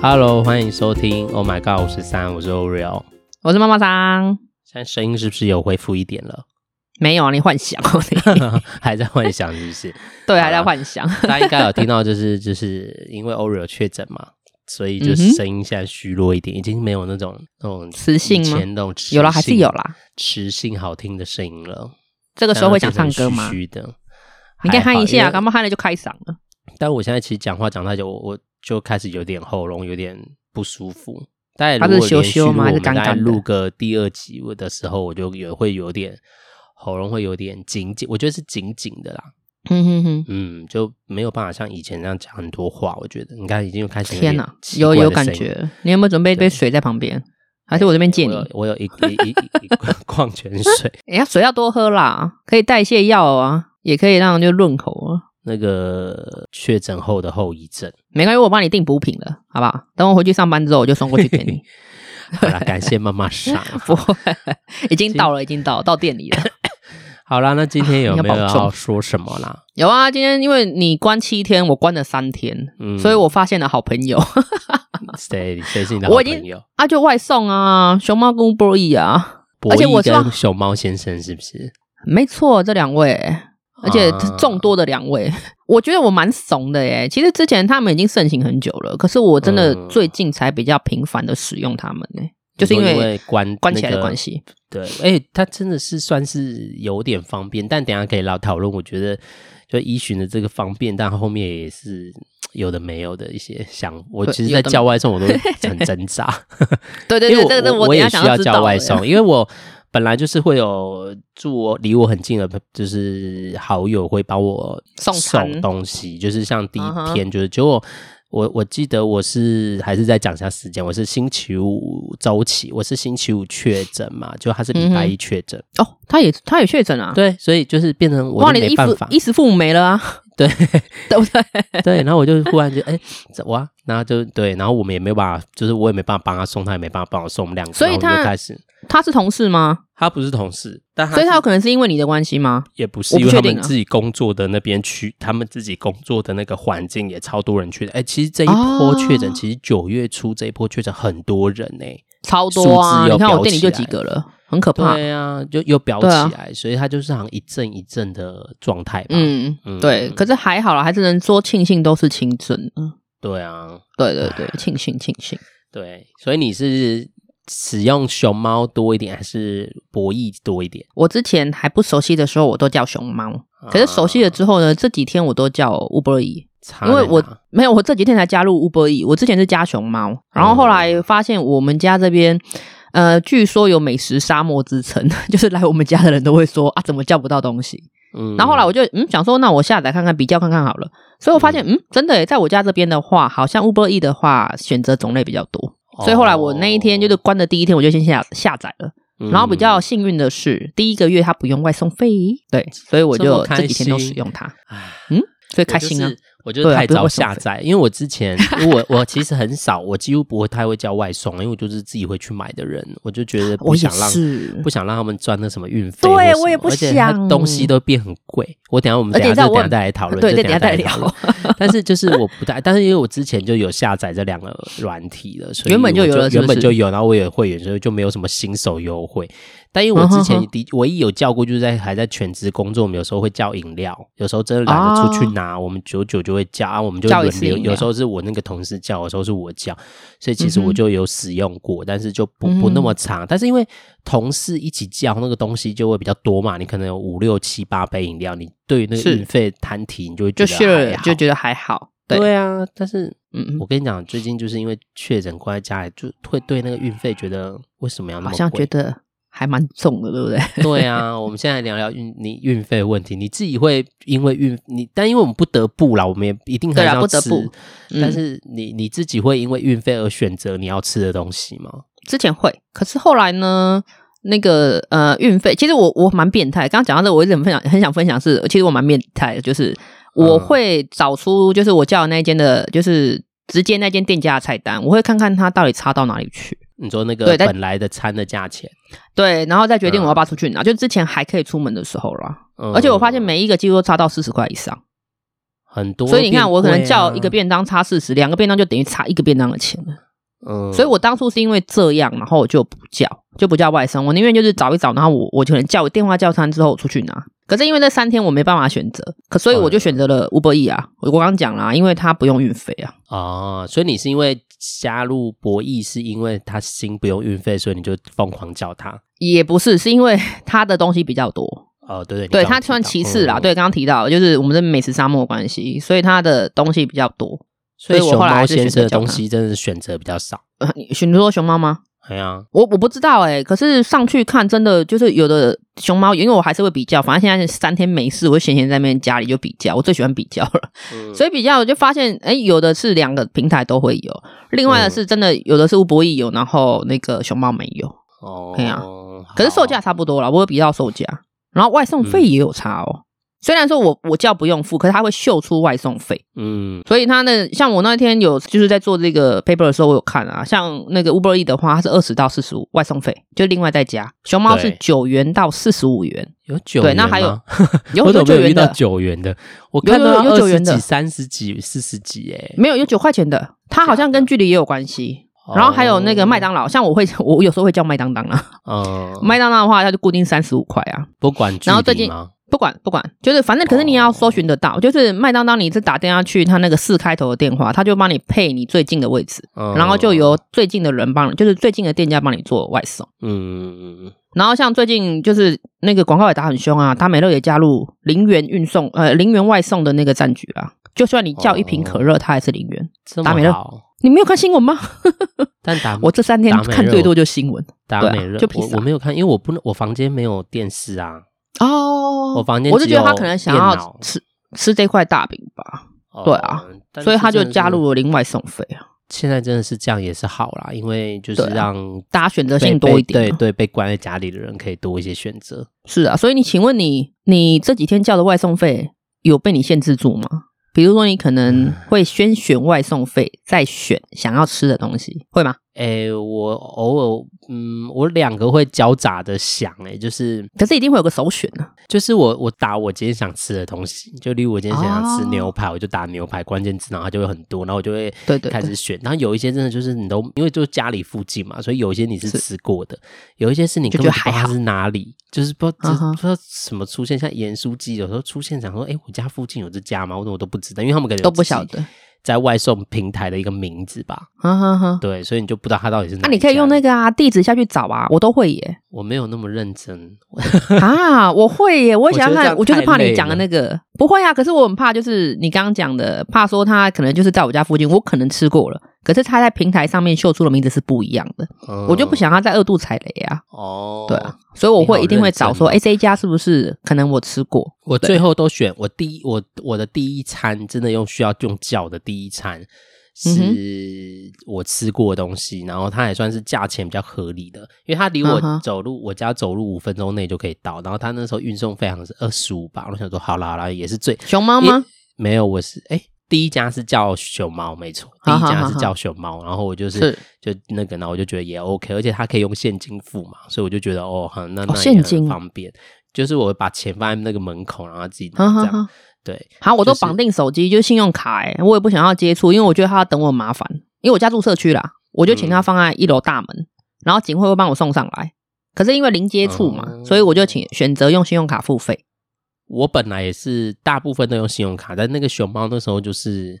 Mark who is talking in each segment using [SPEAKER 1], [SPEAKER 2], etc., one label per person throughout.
[SPEAKER 1] Hello，欢迎收听 Oh My God 五十三，我是 Oreo。
[SPEAKER 2] 我是妈妈桑。
[SPEAKER 1] 现在声音是不是有恢复一点 了？
[SPEAKER 2] 没有啊，你幻想，
[SPEAKER 1] 还在幻想是不是？
[SPEAKER 2] 对，还在幻想。
[SPEAKER 1] 大家应该有听到，就是 就是因为 Oreo 确诊嘛，所以就
[SPEAKER 2] 嗯哼
[SPEAKER 1] 声音现在虚弱一点，已经没有那种那种
[SPEAKER 2] 磁性
[SPEAKER 1] 以
[SPEAKER 2] 吗
[SPEAKER 1] 前那种磁性
[SPEAKER 2] 有啦，还是有啦。
[SPEAKER 1] 磁性好听的声音了。这
[SPEAKER 2] 这个时候会想唱歌吗？
[SPEAKER 1] 虚的，
[SPEAKER 2] 你可以
[SPEAKER 1] 还
[SPEAKER 2] 嗨
[SPEAKER 1] 好
[SPEAKER 2] 一
[SPEAKER 1] 因
[SPEAKER 2] 下，
[SPEAKER 1] 为
[SPEAKER 2] 刚刚嗨了就开嗓了。
[SPEAKER 1] 但我现在其实讲话讲太久，我我就开始有点喉咙有点不舒服。但
[SPEAKER 2] 它
[SPEAKER 1] 如
[SPEAKER 2] 是
[SPEAKER 1] 果连
[SPEAKER 2] 羞
[SPEAKER 1] 续
[SPEAKER 2] 羞
[SPEAKER 1] 录
[SPEAKER 2] 吗还
[SPEAKER 1] 我
[SPEAKER 2] 是
[SPEAKER 1] 们
[SPEAKER 2] 干
[SPEAKER 1] 大概
[SPEAKER 2] 干的
[SPEAKER 1] 录个第二集的时候，我就有会有点喉咙会有点紧紧，我觉得是紧紧的啦。
[SPEAKER 2] 哼哼哼，
[SPEAKER 1] 嗯，就没有办法像以前那样讲很多话。我觉得你看已经又开始
[SPEAKER 2] 天
[SPEAKER 1] 哪
[SPEAKER 2] 哪，，有有感
[SPEAKER 1] 了。
[SPEAKER 2] 觉。你有没有准备一杯水在旁边？还是我这边借你？
[SPEAKER 1] 我有我有一一一一一罐 矿泉水，
[SPEAKER 2] 哎呀，水要多喝啦，可以代谢药啊，也可以让人就润口啊。
[SPEAKER 1] 那个确诊后的后遗症。
[SPEAKER 2] 没关系，我帮你订补品了，好不好？等我回去上班之后，我就送过去给你。
[SPEAKER 1] 好啦，感谢妈妈赏。
[SPEAKER 2] 不会，已经到了，已经到了到店里了。
[SPEAKER 1] 好啦，那今天有没有
[SPEAKER 2] 要保重
[SPEAKER 1] 要说什么啦？
[SPEAKER 2] 有啊，今天因为你关七天，我关了三天，
[SPEAKER 1] 嗯，
[SPEAKER 2] 所以我发现了好朋友。
[SPEAKER 1] 谁谁是你的好
[SPEAKER 2] 我已经
[SPEAKER 1] 朋友？
[SPEAKER 2] 啊，就外送啊，熊猫跟 b o y 啊，
[SPEAKER 1] 博
[SPEAKER 2] 而且
[SPEAKER 1] 弈
[SPEAKER 2] 我是
[SPEAKER 1] 跟
[SPEAKER 2] 要
[SPEAKER 1] 熊猫先生是不是？
[SPEAKER 2] 没错，这两位，而且
[SPEAKER 1] 啊
[SPEAKER 2] 众多的两位，我觉得我蛮怂的耶。其实之前他们已经盛行很久了，可是我真的
[SPEAKER 1] 嗯
[SPEAKER 2] 最近才比较频繁的使用他们呢，就是
[SPEAKER 1] 你
[SPEAKER 2] 因
[SPEAKER 1] 说因
[SPEAKER 2] 为
[SPEAKER 1] 关
[SPEAKER 2] 关起来
[SPEAKER 1] 那
[SPEAKER 2] 的
[SPEAKER 1] 个
[SPEAKER 2] 关。系。
[SPEAKER 1] 对，哎、它真的是算是有点方便，但等一下可以老讨论。我觉得就依循的这个方便，但后面也是嘖有的没有的一些想。我
[SPEAKER 2] 对
[SPEAKER 1] 其实，
[SPEAKER 2] 有
[SPEAKER 1] 在
[SPEAKER 2] 的
[SPEAKER 1] 叫外 送我都很挣扎，
[SPEAKER 2] 对对
[SPEAKER 1] 因为
[SPEAKER 2] 对，
[SPEAKER 1] 我
[SPEAKER 2] 这个这个
[SPEAKER 1] 我
[SPEAKER 2] 等一
[SPEAKER 1] 也
[SPEAKER 2] 下
[SPEAKER 1] 需
[SPEAKER 2] 想
[SPEAKER 1] 要
[SPEAKER 2] 知
[SPEAKER 1] 叫
[SPEAKER 2] 道
[SPEAKER 1] 外
[SPEAKER 2] 的
[SPEAKER 1] 送，因为我本来就是会有住我离我很近的，就是好友会帮我
[SPEAKER 2] 送餐
[SPEAKER 1] 送东西，就是像第
[SPEAKER 2] 嗯
[SPEAKER 1] 一
[SPEAKER 2] 哼
[SPEAKER 1] 天就是结果。我我记得我是还是再讲一下时间，我是星期五周起，我是星期五确诊嘛，就他是礼拜
[SPEAKER 2] 嗯哼
[SPEAKER 1] 一确诊，
[SPEAKER 2] 哦，他也他也确诊啊。
[SPEAKER 1] 对，所以就是变成我
[SPEAKER 2] 哇，
[SPEAKER 1] 就
[SPEAKER 2] 你的
[SPEAKER 1] 没
[SPEAKER 2] 衣
[SPEAKER 1] 办
[SPEAKER 2] 服
[SPEAKER 1] 法，
[SPEAKER 2] 衣食父母没了啊，
[SPEAKER 1] 对
[SPEAKER 2] 对不对？
[SPEAKER 1] 对，然后我就忽然就哎、怎哇，然后就对，然后我们也没有办法，就是我也没办法帮他送，他也没办法帮我送，我们两个，
[SPEAKER 2] 所以
[SPEAKER 1] 然后我们就
[SPEAKER 2] 他
[SPEAKER 1] 开始，
[SPEAKER 2] 他是同事吗？
[SPEAKER 1] 他不是同事，但他
[SPEAKER 2] 所以他
[SPEAKER 1] 是
[SPEAKER 2] 有可能是因为你的关系吗？
[SPEAKER 1] 也不是
[SPEAKER 2] 我
[SPEAKER 1] 因
[SPEAKER 2] 不
[SPEAKER 1] 为他
[SPEAKER 2] 确定
[SPEAKER 1] 们
[SPEAKER 2] 啊
[SPEAKER 1] 自己工作的那边区，他们自己工作的那个环境也超多人去的。哎、其实这一波确诊，
[SPEAKER 2] 哦
[SPEAKER 1] 其实九月初这一波确诊很多人呢、
[SPEAKER 2] 超多
[SPEAKER 1] 数
[SPEAKER 2] 啊！
[SPEAKER 1] 字又
[SPEAKER 2] 你看我
[SPEAKER 1] 飙
[SPEAKER 2] 店里
[SPEAKER 1] 起
[SPEAKER 2] 就
[SPEAKER 1] 来
[SPEAKER 2] 几个了，很可怕。
[SPEAKER 1] 对啊，就又飙起
[SPEAKER 2] 对啊
[SPEAKER 1] 来，所以他就是好像一阵一阵的状态吧。嗯，
[SPEAKER 2] 嗯
[SPEAKER 1] 嗯，
[SPEAKER 2] 对，可是还好啦，还是能说庆幸都是轻症。嗯，
[SPEAKER 1] 对啊，
[SPEAKER 2] 对对对，庆幸庆幸。
[SPEAKER 1] 对，所以你是使用熊猫多一点，还是博弈多一点？
[SPEAKER 2] 我之前还不熟悉的时候，我都叫熊猫。可是熟悉了
[SPEAKER 1] 啊
[SPEAKER 2] 之后呢，这几天我都叫 Uber E，
[SPEAKER 1] 差
[SPEAKER 2] 因为
[SPEAKER 1] 在
[SPEAKER 2] 我
[SPEAKER 1] 哪哦
[SPEAKER 2] 没有，我这几天才加入 Uber E。我之前是加熊猫，然后后来发现我们家这边，呃，据说有美食沙漠之称， 就是来我们家的人都会说啊，怎么叫不到东西？
[SPEAKER 1] 嗯
[SPEAKER 2] 然后后来我就嗯想说，那我下载看看，比较看看好了。所以我发现，嗯，真的耶，在我家这边的话，好像 Uber E 的话，选择种类比较多。所以后来我那一天就是，关的第一天，我就先下下载了。
[SPEAKER 1] 哦
[SPEAKER 2] 然后比较
[SPEAKER 1] 嗯
[SPEAKER 2] 幸运的是，第一个月它不用外送费，对，所以我
[SPEAKER 1] 这么
[SPEAKER 2] 就
[SPEAKER 1] 开
[SPEAKER 2] 这几天都
[SPEAKER 1] 心
[SPEAKER 2] 使用它，
[SPEAKER 1] 唉
[SPEAKER 2] 所以开心
[SPEAKER 1] 我
[SPEAKER 2] 啊！
[SPEAKER 1] 就是！我就是
[SPEAKER 2] 对啊
[SPEAKER 1] 太
[SPEAKER 2] 不是
[SPEAKER 1] 早
[SPEAKER 2] 外送
[SPEAKER 1] 下载，因为我之前，因为我我其实很少，我几乎不会太会叫外送，因为我就是自己会去买的人，我就觉得不
[SPEAKER 2] 我也
[SPEAKER 1] 想让
[SPEAKER 2] 是
[SPEAKER 1] 不，想让他们赚那什么运费或
[SPEAKER 2] 嗯对
[SPEAKER 1] 什么，
[SPEAKER 2] 我也不
[SPEAKER 1] 而且它
[SPEAKER 2] 想
[SPEAKER 1] 东西都变很贵。我等一下我们
[SPEAKER 2] 而
[SPEAKER 1] 等
[SPEAKER 2] 且
[SPEAKER 1] 一下
[SPEAKER 2] 你知道
[SPEAKER 1] 这
[SPEAKER 2] 我
[SPEAKER 1] 等一下再来讨论，
[SPEAKER 2] 对
[SPEAKER 1] 这
[SPEAKER 2] 对
[SPEAKER 1] 等一下再
[SPEAKER 2] 等
[SPEAKER 1] 来
[SPEAKER 2] 一下
[SPEAKER 1] 讨论。但是就是我不太， 但是因为我之前就有下载这两个软体了，所以
[SPEAKER 2] 原本就
[SPEAKER 1] 我
[SPEAKER 2] 有了是不是
[SPEAKER 1] 原本就有，然后我有会员，所以就没有什么新手优惠。但因为我
[SPEAKER 2] 嗯哼
[SPEAKER 1] 之前
[SPEAKER 2] 哼
[SPEAKER 1] 的唯一有叫过，就是在还在全职工作，我们有时候会叫饮料，有时候真的懒得出去
[SPEAKER 2] 哦
[SPEAKER 1] 拿，我们久久就会叫，啊，我们就
[SPEAKER 2] 叫一
[SPEAKER 1] 轮
[SPEAKER 2] 次
[SPEAKER 1] 流，
[SPEAKER 2] 饮料
[SPEAKER 1] 有时候是我那个同事叫，有时候是我叫，所以其实我
[SPEAKER 2] 嗯哼嗯
[SPEAKER 1] 就有使用过，但是就不不那么长。但是因为同事一起叫那个东西就会比较多嘛，你可能有五六七八杯饮料，你对于那个
[SPEAKER 2] 是
[SPEAKER 1] 运费摊提，你就会觉
[SPEAKER 2] 就
[SPEAKER 1] 得还
[SPEAKER 2] share
[SPEAKER 1] 好
[SPEAKER 2] 就觉得还好，对，
[SPEAKER 1] 对啊，但是
[SPEAKER 2] 嗯
[SPEAKER 1] 我，跟你讲，最近就是因为确诊关在家里，就会对那个运费觉得为什么要那么
[SPEAKER 2] 好
[SPEAKER 1] 贵？
[SPEAKER 2] 像觉得还蛮重的，对不对？
[SPEAKER 1] 对啊，我们现在聊聊运你运费的问题，你自己会因为运你，但因为我们不得不啦，我们也一定还
[SPEAKER 2] 对
[SPEAKER 1] 是
[SPEAKER 2] 啦
[SPEAKER 1] 要
[SPEAKER 2] 不
[SPEAKER 1] 吃，
[SPEAKER 2] 得不嗯
[SPEAKER 1] 但是你你自己会因为运费而选择你要吃的东西吗？
[SPEAKER 2] 之前会，可是后来呢？那个呃，运费其实我我蛮变态。刚刚讲到这个，我一直很分享，很想分享是，其实我蛮变态的，就是
[SPEAKER 1] 嗯
[SPEAKER 2] 我会找出就是我叫的那一间的，就是直接那间店家的菜单，我会看看它到底差到哪里去，
[SPEAKER 1] 你说那个
[SPEAKER 2] 对但
[SPEAKER 1] 本来的餐的价钱，
[SPEAKER 2] 对，然后再决定
[SPEAKER 1] 嗯
[SPEAKER 2] 我要不要出去拿。就之前还可以出门的时候啦，
[SPEAKER 1] 嗯
[SPEAKER 2] 而且我发现每一个几乎都差到四十块以上，
[SPEAKER 1] 很多。啊
[SPEAKER 2] 所以你看，我可能叫一个
[SPEAKER 1] 变
[SPEAKER 2] 便当差四十，两个便当就等于差一个便当的钱了。
[SPEAKER 1] 贵啊，嗯，
[SPEAKER 2] 所以我当初是因为这样，然后我就不叫，就不叫外送，我宁愿就是找一找，然后我我可能叫电话叫餐之后我出去拿。可是因为那三天我没办法选择，可所以我就选择了 Uber E 啊。我我刚刚讲啦，因为它不用运费啊。
[SPEAKER 1] 哦，所以你是因为加入博弈，是因为他新不用运费，所以你就疯狂叫他。
[SPEAKER 2] 也不是，是因为它的东西比较多，
[SPEAKER 1] 哦，对对，你
[SPEAKER 2] 对
[SPEAKER 1] 刚刚
[SPEAKER 2] 它算
[SPEAKER 1] 提到
[SPEAKER 2] 其次啦。
[SPEAKER 1] 嗯
[SPEAKER 2] 对，刚刚提到就是我们的美食沙漠的关系，所以它的东西比较多。
[SPEAKER 1] 所以
[SPEAKER 2] 所以我
[SPEAKER 1] 熊
[SPEAKER 2] 后来
[SPEAKER 1] 猫
[SPEAKER 2] 还是
[SPEAKER 1] 先生
[SPEAKER 2] 选择
[SPEAKER 1] 的
[SPEAKER 2] 叫
[SPEAKER 1] 东
[SPEAKER 2] 他
[SPEAKER 1] 西真的是选择比较少。
[SPEAKER 2] 呃、选择说熊猫吗？
[SPEAKER 1] 哎呀，
[SPEAKER 2] 我我不知道哎、可是上去看真的就是有的熊猫，因为我还是会比较，反正现在是三天没事，我就闲闲在那边家里就比较，我最喜欢比较了。嗯所以比较我就发现，哎、有的是两个平台都会有，另外的是真的有的是吴博弈有，然后那个熊猫没有，
[SPEAKER 1] 哦，
[SPEAKER 2] 哎呀
[SPEAKER 1] 好
[SPEAKER 2] 可是售价差不多啦，我会比较售价，然后外送费也有差哦。虽然说我我叫不用付，可是他会秀出外送费，
[SPEAKER 1] 嗯
[SPEAKER 2] 所以他呢，像我那天有就是在做这个 paper 的时候，我有看啊，像那个 Uber E 的话，它是二十到四十五外送费，就另外再加。熊猫是
[SPEAKER 1] 对
[SPEAKER 2] 九元到四十五元，
[SPEAKER 1] 有九
[SPEAKER 2] 对
[SPEAKER 1] 元
[SPEAKER 2] 那还有
[SPEAKER 1] 吗
[SPEAKER 2] 有
[SPEAKER 1] 我怎
[SPEAKER 2] 有
[SPEAKER 1] 么没
[SPEAKER 2] 九
[SPEAKER 1] 有遇
[SPEAKER 2] 元
[SPEAKER 1] 到
[SPEAKER 2] 的，
[SPEAKER 1] 九元的？我
[SPEAKER 2] 有
[SPEAKER 1] 看到
[SPEAKER 2] 有有
[SPEAKER 1] 二
[SPEAKER 2] 九
[SPEAKER 1] 十
[SPEAKER 2] 元的
[SPEAKER 1] 几、三十几、四十几，哎，
[SPEAKER 2] 没有有九块钱的，它好像跟距离也有关系。
[SPEAKER 1] 哦
[SPEAKER 2] 然后还有那个麦当劳，像我会 我有时候会叫麦当当啊，
[SPEAKER 1] 哦，嗯，
[SPEAKER 2] 麦当当的话它就固定三十五块啊。
[SPEAKER 1] 不管距
[SPEAKER 2] 然后最
[SPEAKER 1] 离
[SPEAKER 2] 近
[SPEAKER 1] 吗
[SPEAKER 2] 不管不管，就是反正，可是你也要搜寻得
[SPEAKER 1] 哦
[SPEAKER 2] 到，就是麦当当，你是打电话去他那个四开头的电话，他就帮你配你最近的位置，
[SPEAKER 1] 嗯
[SPEAKER 2] 然后就由最近的人帮你，就是最近的店家帮你做外送。
[SPEAKER 1] 嗯嗯嗯
[SPEAKER 2] 然后像最近就是那个广告也打很凶啊，达美乐也加入零元运送，呃，零元外送的那个战局啊。就算你叫一瓶可乐，它还是零元。
[SPEAKER 1] 嗯这
[SPEAKER 2] 达美
[SPEAKER 1] 么
[SPEAKER 2] 乐
[SPEAKER 1] 好，
[SPEAKER 2] 你没有看 新闻吗？
[SPEAKER 1] 但达
[SPEAKER 2] 我这三天看最多就新闻
[SPEAKER 1] 达
[SPEAKER 2] 对啊
[SPEAKER 1] 美乐，
[SPEAKER 2] 就披
[SPEAKER 1] 我
[SPEAKER 2] 萨
[SPEAKER 1] 我没有看，因为我不能，我房间没有电视啊。
[SPEAKER 2] 哦
[SPEAKER 1] 我房间
[SPEAKER 2] 我就
[SPEAKER 1] 只
[SPEAKER 2] 觉得他
[SPEAKER 1] 有
[SPEAKER 2] 可能想
[SPEAKER 1] 电
[SPEAKER 2] 要
[SPEAKER 1] 脑
[SPEAKER 2] 吃吃这块大饼吧，
[SPEAKER 1] 哦
[SPEAKER 2] 对啊，
[SPEAKER 1] 但
[SPEAKER 2] 所以
[SPEAKER 1] 是
[SPEAKER 2] 他就
[SPEAKER 1] 真的
[SPEAKER 2] 加
[SPEAKER 1] 是
[SPEAKER 2] 入了另外送费啊，
[SPEAKER 1] 现在真的是这样也是好啦，因为就是
[SPEAKER 2] 对啊
[SPEAKER 1] 让
[SPEAKER 2] 大家选择
[SPEAKER 1] 被
[SPEAKER 2] 性多一点
[SPEAKER 1] 被
[SPEAKER 2] 啊。
[SPEAKER 1] 对对，被关在家里的人可以多一些选择。
[SPEAKER 2] 是啊，所以你请问你，你这几天叫的外送费有被你限制住吗？比如说，你可能会先选外送费，再选想要吃的东西，会吗？
[SPEAKER 1] 诶、我偶尔，嗯，我两个会交杂的想、诶，就是
[SPEAKER 2] 可是一定会有个首选啊。
[SPEAKER 1] 就是我我打我今天想吃的东西，就例如我今天想吃
[SPEAKER 2] 哦
[SPEAKER 1] 牛排，我就打牛排关键字，然后它就会很多，然后我就会
[SPEAKER 2] 对对对
[SPEAKER 1] 开始选。然后有一些真的就是你都因为就家里附近嘛，所以有一些你是
[SPEAKER 2] 是
[SPEAKER 1] 吃过的，有一些是你
[SPEAKER 2] 就
[SPEAKER 1] 根本
[SPEAKER 2] 觉得
[SPEAKER 1] 不知道
[SPEAKER 2] 还
[SPEAKER 1] 它
[SPEAKER 2] 好
[SPEAKER 1] 是哪里，就是不知道、
[SPEAKER 2] 嗯哼
[SPEAKER 1] 不知道什么出现，像盐酥鸡有时候出现，想说哎、诶我家附近有这家吗？我怎么都不知道，因为他们可能有
[SPEAKER 2] 都不
[SPEAKER 1] 自己
[SPEAKER 2] 晓得。
[SPEAKER 1] 在外送平台的一个名字吧，
[SPEAKER 2] 哈哈哈。
[SPEAKER 1] 对，所以你就不知道它到底是哪一
[SPEAKER 2] 那
[SPEAKER 1] 家。
[SPEAKER 2] 你可以用那个啊地址下去找啊，我都会 耶
[SPEAKER 1] 我没有那么认真，
[SPEAKER 2] 啊，我会耶，我也
[SPEAKER 1] 觉
[SPEAKER 2] 想
[SPEAKER 1] 得
[SPEAKER 2] 想
[SPEAKER 1] 这
[SPEAKER 2] 看，
[SPEAKER 1] 样
[SPEAKER 2] 我就是
[SPEAKER 1] 太
[SPEAKER 2] 怕你
[SPEAKER 1] 累
[SPEAKER 2] 讲的
[SPEAKER 1] 了
[SPEAKER 2] 那个不会啊。可是我很怕，就是你刚刚讲的，怕说他可能就是在我家附近，我可能吃过了，可是他在平台上面秀出的名字是不一样的，
[SPEAKER 1] 嗯
[SPEAKER 2] 我就不想要再二度踩雷啊。
[SPEAKER 1] 哦。
[SPEAKER 2] 对啊，所以我会
[SPEAKER 1] 你好
[SPEAKER 2] 一定会
[SPEAKER 1] 认真
[SPEAKER 2] 找说，
[SPEAKER 1] 哦
[SPEAKER 2] 哎，这一家是不是可能我吃过？
[SPEAKER 1] 我
[SPEAKER 2] 对
[SPEAKER 1] 最后都选我第一我我的第一餐真的用需要用叫的第一餐
[SPEAKER 2] 嗯哼
[SPEAKER 1] 是我吃过的东西，然后它也算是价钱比较合理的，因为它离
[SPEAKER 2] 嗯哼
[SPEAKER 1] 我走路、我家走路五分钟内就可以到，然后它那时候运送费好像是二十五吧，我想说好啦好啦也是最
[SPEAKER 2] 熊猫吗？
[SPEAKER 1] 没有我是哎。第一家是叫熊猫，没错，第
[SPEAKER 2] 好
[SPEAKER 1] 一
[SPEAKER 2] 好
[SPEAKER 1] 家
[SPEAKER 2] 好
[SPEAKER 1] 是
[SPEAKER 2] 好
[SPEAKER 1] 叫熊猫，然后我就是
[SPEAKER 2] 是
[SPEAKER 1] 就那个呢，我就觉得也 OK，而且它可以用现金付嘛，所以我就觉得哦，好，那
[SPEAKER 2] 哦
[SPEAKER 1] 那
[SPEAKER 2] 现
[SPEAKER 1] 也
[SPEAKER 2] 金
[SPEAKER 1] 很方便。就是我把钱放在那个门口，然后自己拿
[SPEAKER 2] 哈
[SPEAKER 1] 这
[SPEAKER 2] 哈
[SPEAKER 1] 样
[SPEAKER 2] 哈。
[SPEAKER 1] 对，
[SPEAKER 2] 好，我都
[SPEAKER 1] 就是
[SPEAKER 2] 绑定手机，就是信用卡、欸，我也不想要接触，因为我觉得他要等我很麻烦。因为我家住社区啦，我就请他放在一楼大门，
[SPEAKER 1] 嗯
[SPEAKER 2] 然后警卫会帮我送上来。可是因为零接触嘛，
[SPEAKER 1] 哦
[SPEAKER 2] 所以我就请选择用信用卡付费。
[SPEAKER 1] 我本来也是大部分都用信用卡，但那个熊猫那时候就是，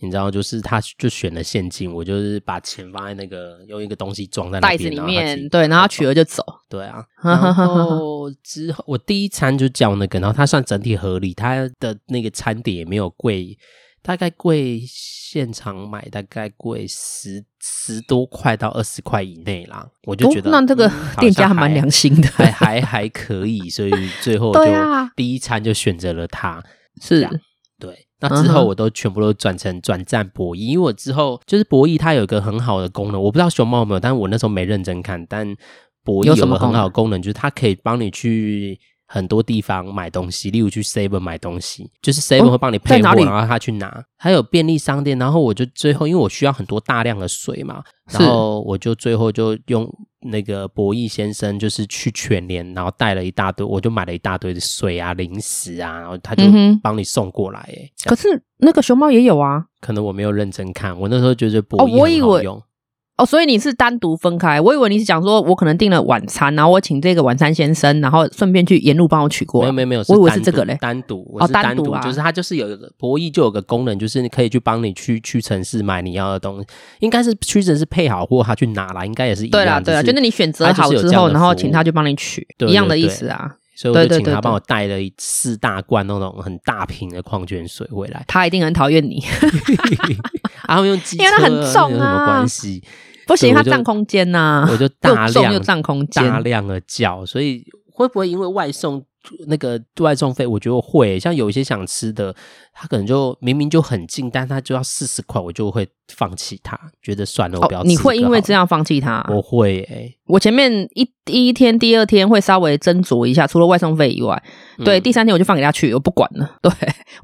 [SPEAKER 1] 你知道，就是他就选了现金，我就是把钱放在那个用一个东西装在那
[SPEAKER 2] 袋子
[SPEAKER 1] 边
[SPEAKER 2] 里
[SPEAKER 1] 然后它自己
[SPEAKER 2] 面，对，然后取了就走。
[SPEAKER 1] 对啊，
[SPEAKER 2] 哈哈
[SPEAKER 1] 然
[SPEAKER 2] 哈哈哈
[SPEAKER 1] 后之后我第一餐就叫那个，然后它算整体合理，它的那个餐点也没有贵，大概贵现场买大概贵十十多块到二十块以内啦，我就
[SPEAKER 2] 哦
[SPEAKER 1] 觉，得、
[SPEAKER 2] 那这个
[SPEAKER 1] 嗯好像
[SPEAKER 2] 店家还蛮良心的，
[SPEAKER 1] 还还还可以，所以最后就
[SPEAKER 2] 对啊
[SPEAKER 1] 第一餐就选择了它。
[SPEAKER 2] 是
[SPEAKER 1] 样对，那之
[SPEAKER 2] 嗯
[SPEAKER 1] 后
[SPEAKER 2] 哼
[SPEAKER 1] 我都全部都转成转战博弈，因为我之后就是博弈它有一个很好的功能，我不知道熊猫有没有，但我那时候没认真看，但博弈
[SPEAKER 2] 有
[SPEAKER 1] 有
[SPEAKER 2] 什么
[SPEAKER 1] 个很
[SPEAKER 2] 功能
[SPEAKER 1] 好的功能，就是它可以帮你去很多地方买东西，例如去 Seven 买东西，就是 Seven 会帮你配
[SPEAKER 2] 哦在
[SPEAKER 1] 货，
[SPEAKER 2] 哪里
[SPEAKER 1] 然后他去拿。还有便利商店，然后我就最后因为我需要很多大量的水嘛，
[SPEAKER 2] 是
[SPEAKER 1] 然后我就最后就用那个博弈先生，就是去全联，然后带了一大堆，我就买了一大堆的水啊、零食啊，然后他就
[SPEAKER 2] 嗯哼
[SPEAKER 1] 帮你送过来、欸。
[SPEAKER 2] 可是那个熊猫也有啊，
[SPEAKER 1] 可能我没有认真看，我那时候觉得博
[SPEAKER 2] 哦
[SPEAKER 1] 弈
[SPEAKER 2] 我以
[SPEAKER 1] 很好
[SPEAKER 2] 为
[SPEAKER 1] 用
[SPEAKER 2] 哦，所以你是单独分开，我以为你是讲说我可能订了晚餐，然后我请这个晚餐先生，然后顺便去沿路帮我取过
[SPEAKER 1] 没
[SPEAKER 2] 来
[SPEAKER 1] 有。没有没有，
[SPEAKER 2] 我以为
[SPEAKER 1] 单
[SPEAKER 2] 是这
[SPEAKER 1] 独
[SPEAKER 2] 个嘞
[SPEAKER 1] 单独，我
[SPEAKER 2] 哦
[SPEAKER 1] 是
[SPEAKER 2] 单
[SPEAKER 1] 单
[SPEAKER 2] 独
[SPEAKER 1] 独，
[SPEAKER 2] 啊
[SPEAKER 1] 就是它就是有一个博弈就有个功能，就是你可以去帮你去去城市买你要的东西，应该是屈臣氏配好货，他去拿来，应该也是一样。
[SPEAKER 2] 对啦，对啦，
[SPEAKER 1] 只
[SPEAKER 2] 就是你选择
[SPEAKER 1] 它就
[SPEAKER 2] 好
[SPEAKER 1] 是有
[SPEAKER 2] 之
[SPEAKER 1] 这样
[SPEAKER 2] 后，
[SPEAKER 1] 的
[SPEAKER 2] 然后
[SPEAKER 1] 服务
[SPEAKER 2] 请他去帮你取，
[SPEAKER 1] 对
[SPEAKER 2] 一样的
[SPEAKER 1] 对
[SPEAKER 2] 意
[SPEAKER 1] 对
[SPEAKER 2] 思啊。
[SPEAKER 1] 所以我
[SPEAKER 2] 对
[SPEAKER 1] 就
[SPEAKER 2] 对
[SPEAKER 1] 请他
[SPEAKER 2] 对，
[SPEAKER 1] 帮我带了四大罐那种很大瓶的矿泉水回来
[SPEAKER 2] 他一定很讨 厌你，
[SPEAKER 1] 然后用机车，
[SPEAKER 2] 因为它很重
[SPEAKER 1] 有什么
[SPEAKER 2] 啊
[SPEAKER 1] 关系？
[SPEAKER 2] 不行，
[SPEAKER 1] 对
[SPEAKER 2] 他
[SPEAKER 1] 我就
[SPEAKER 2] 占空间呐、
[SPEAKER 1] 我就
[SPEAKER 2] 又
[SPEAKER 1] 大
[SPEAKER 2] 重
[SPEAKER 1] 量
[SPEAKER 2] 又占空间。
[SPEAKER 1] 大量的叫，所以会不会因为外送那个外送费？我觉得我会，像有一些想吃的，他可能就明明就很近，但他就要四十块，我就会放弃它，觉得算了，我不要、
[SPEAKER 2] 哦，你会因为这？样放弃他？
[SPEAKER 1] 我会欸诶、
[SPEAKER 2] 我前面一第一天、第二天会稍微斟酌一下，除了外送费以外，对，
[SPEAKER 1] 嗯
[SPEAKER 2] 第三天我就放给他去，我不管 了。对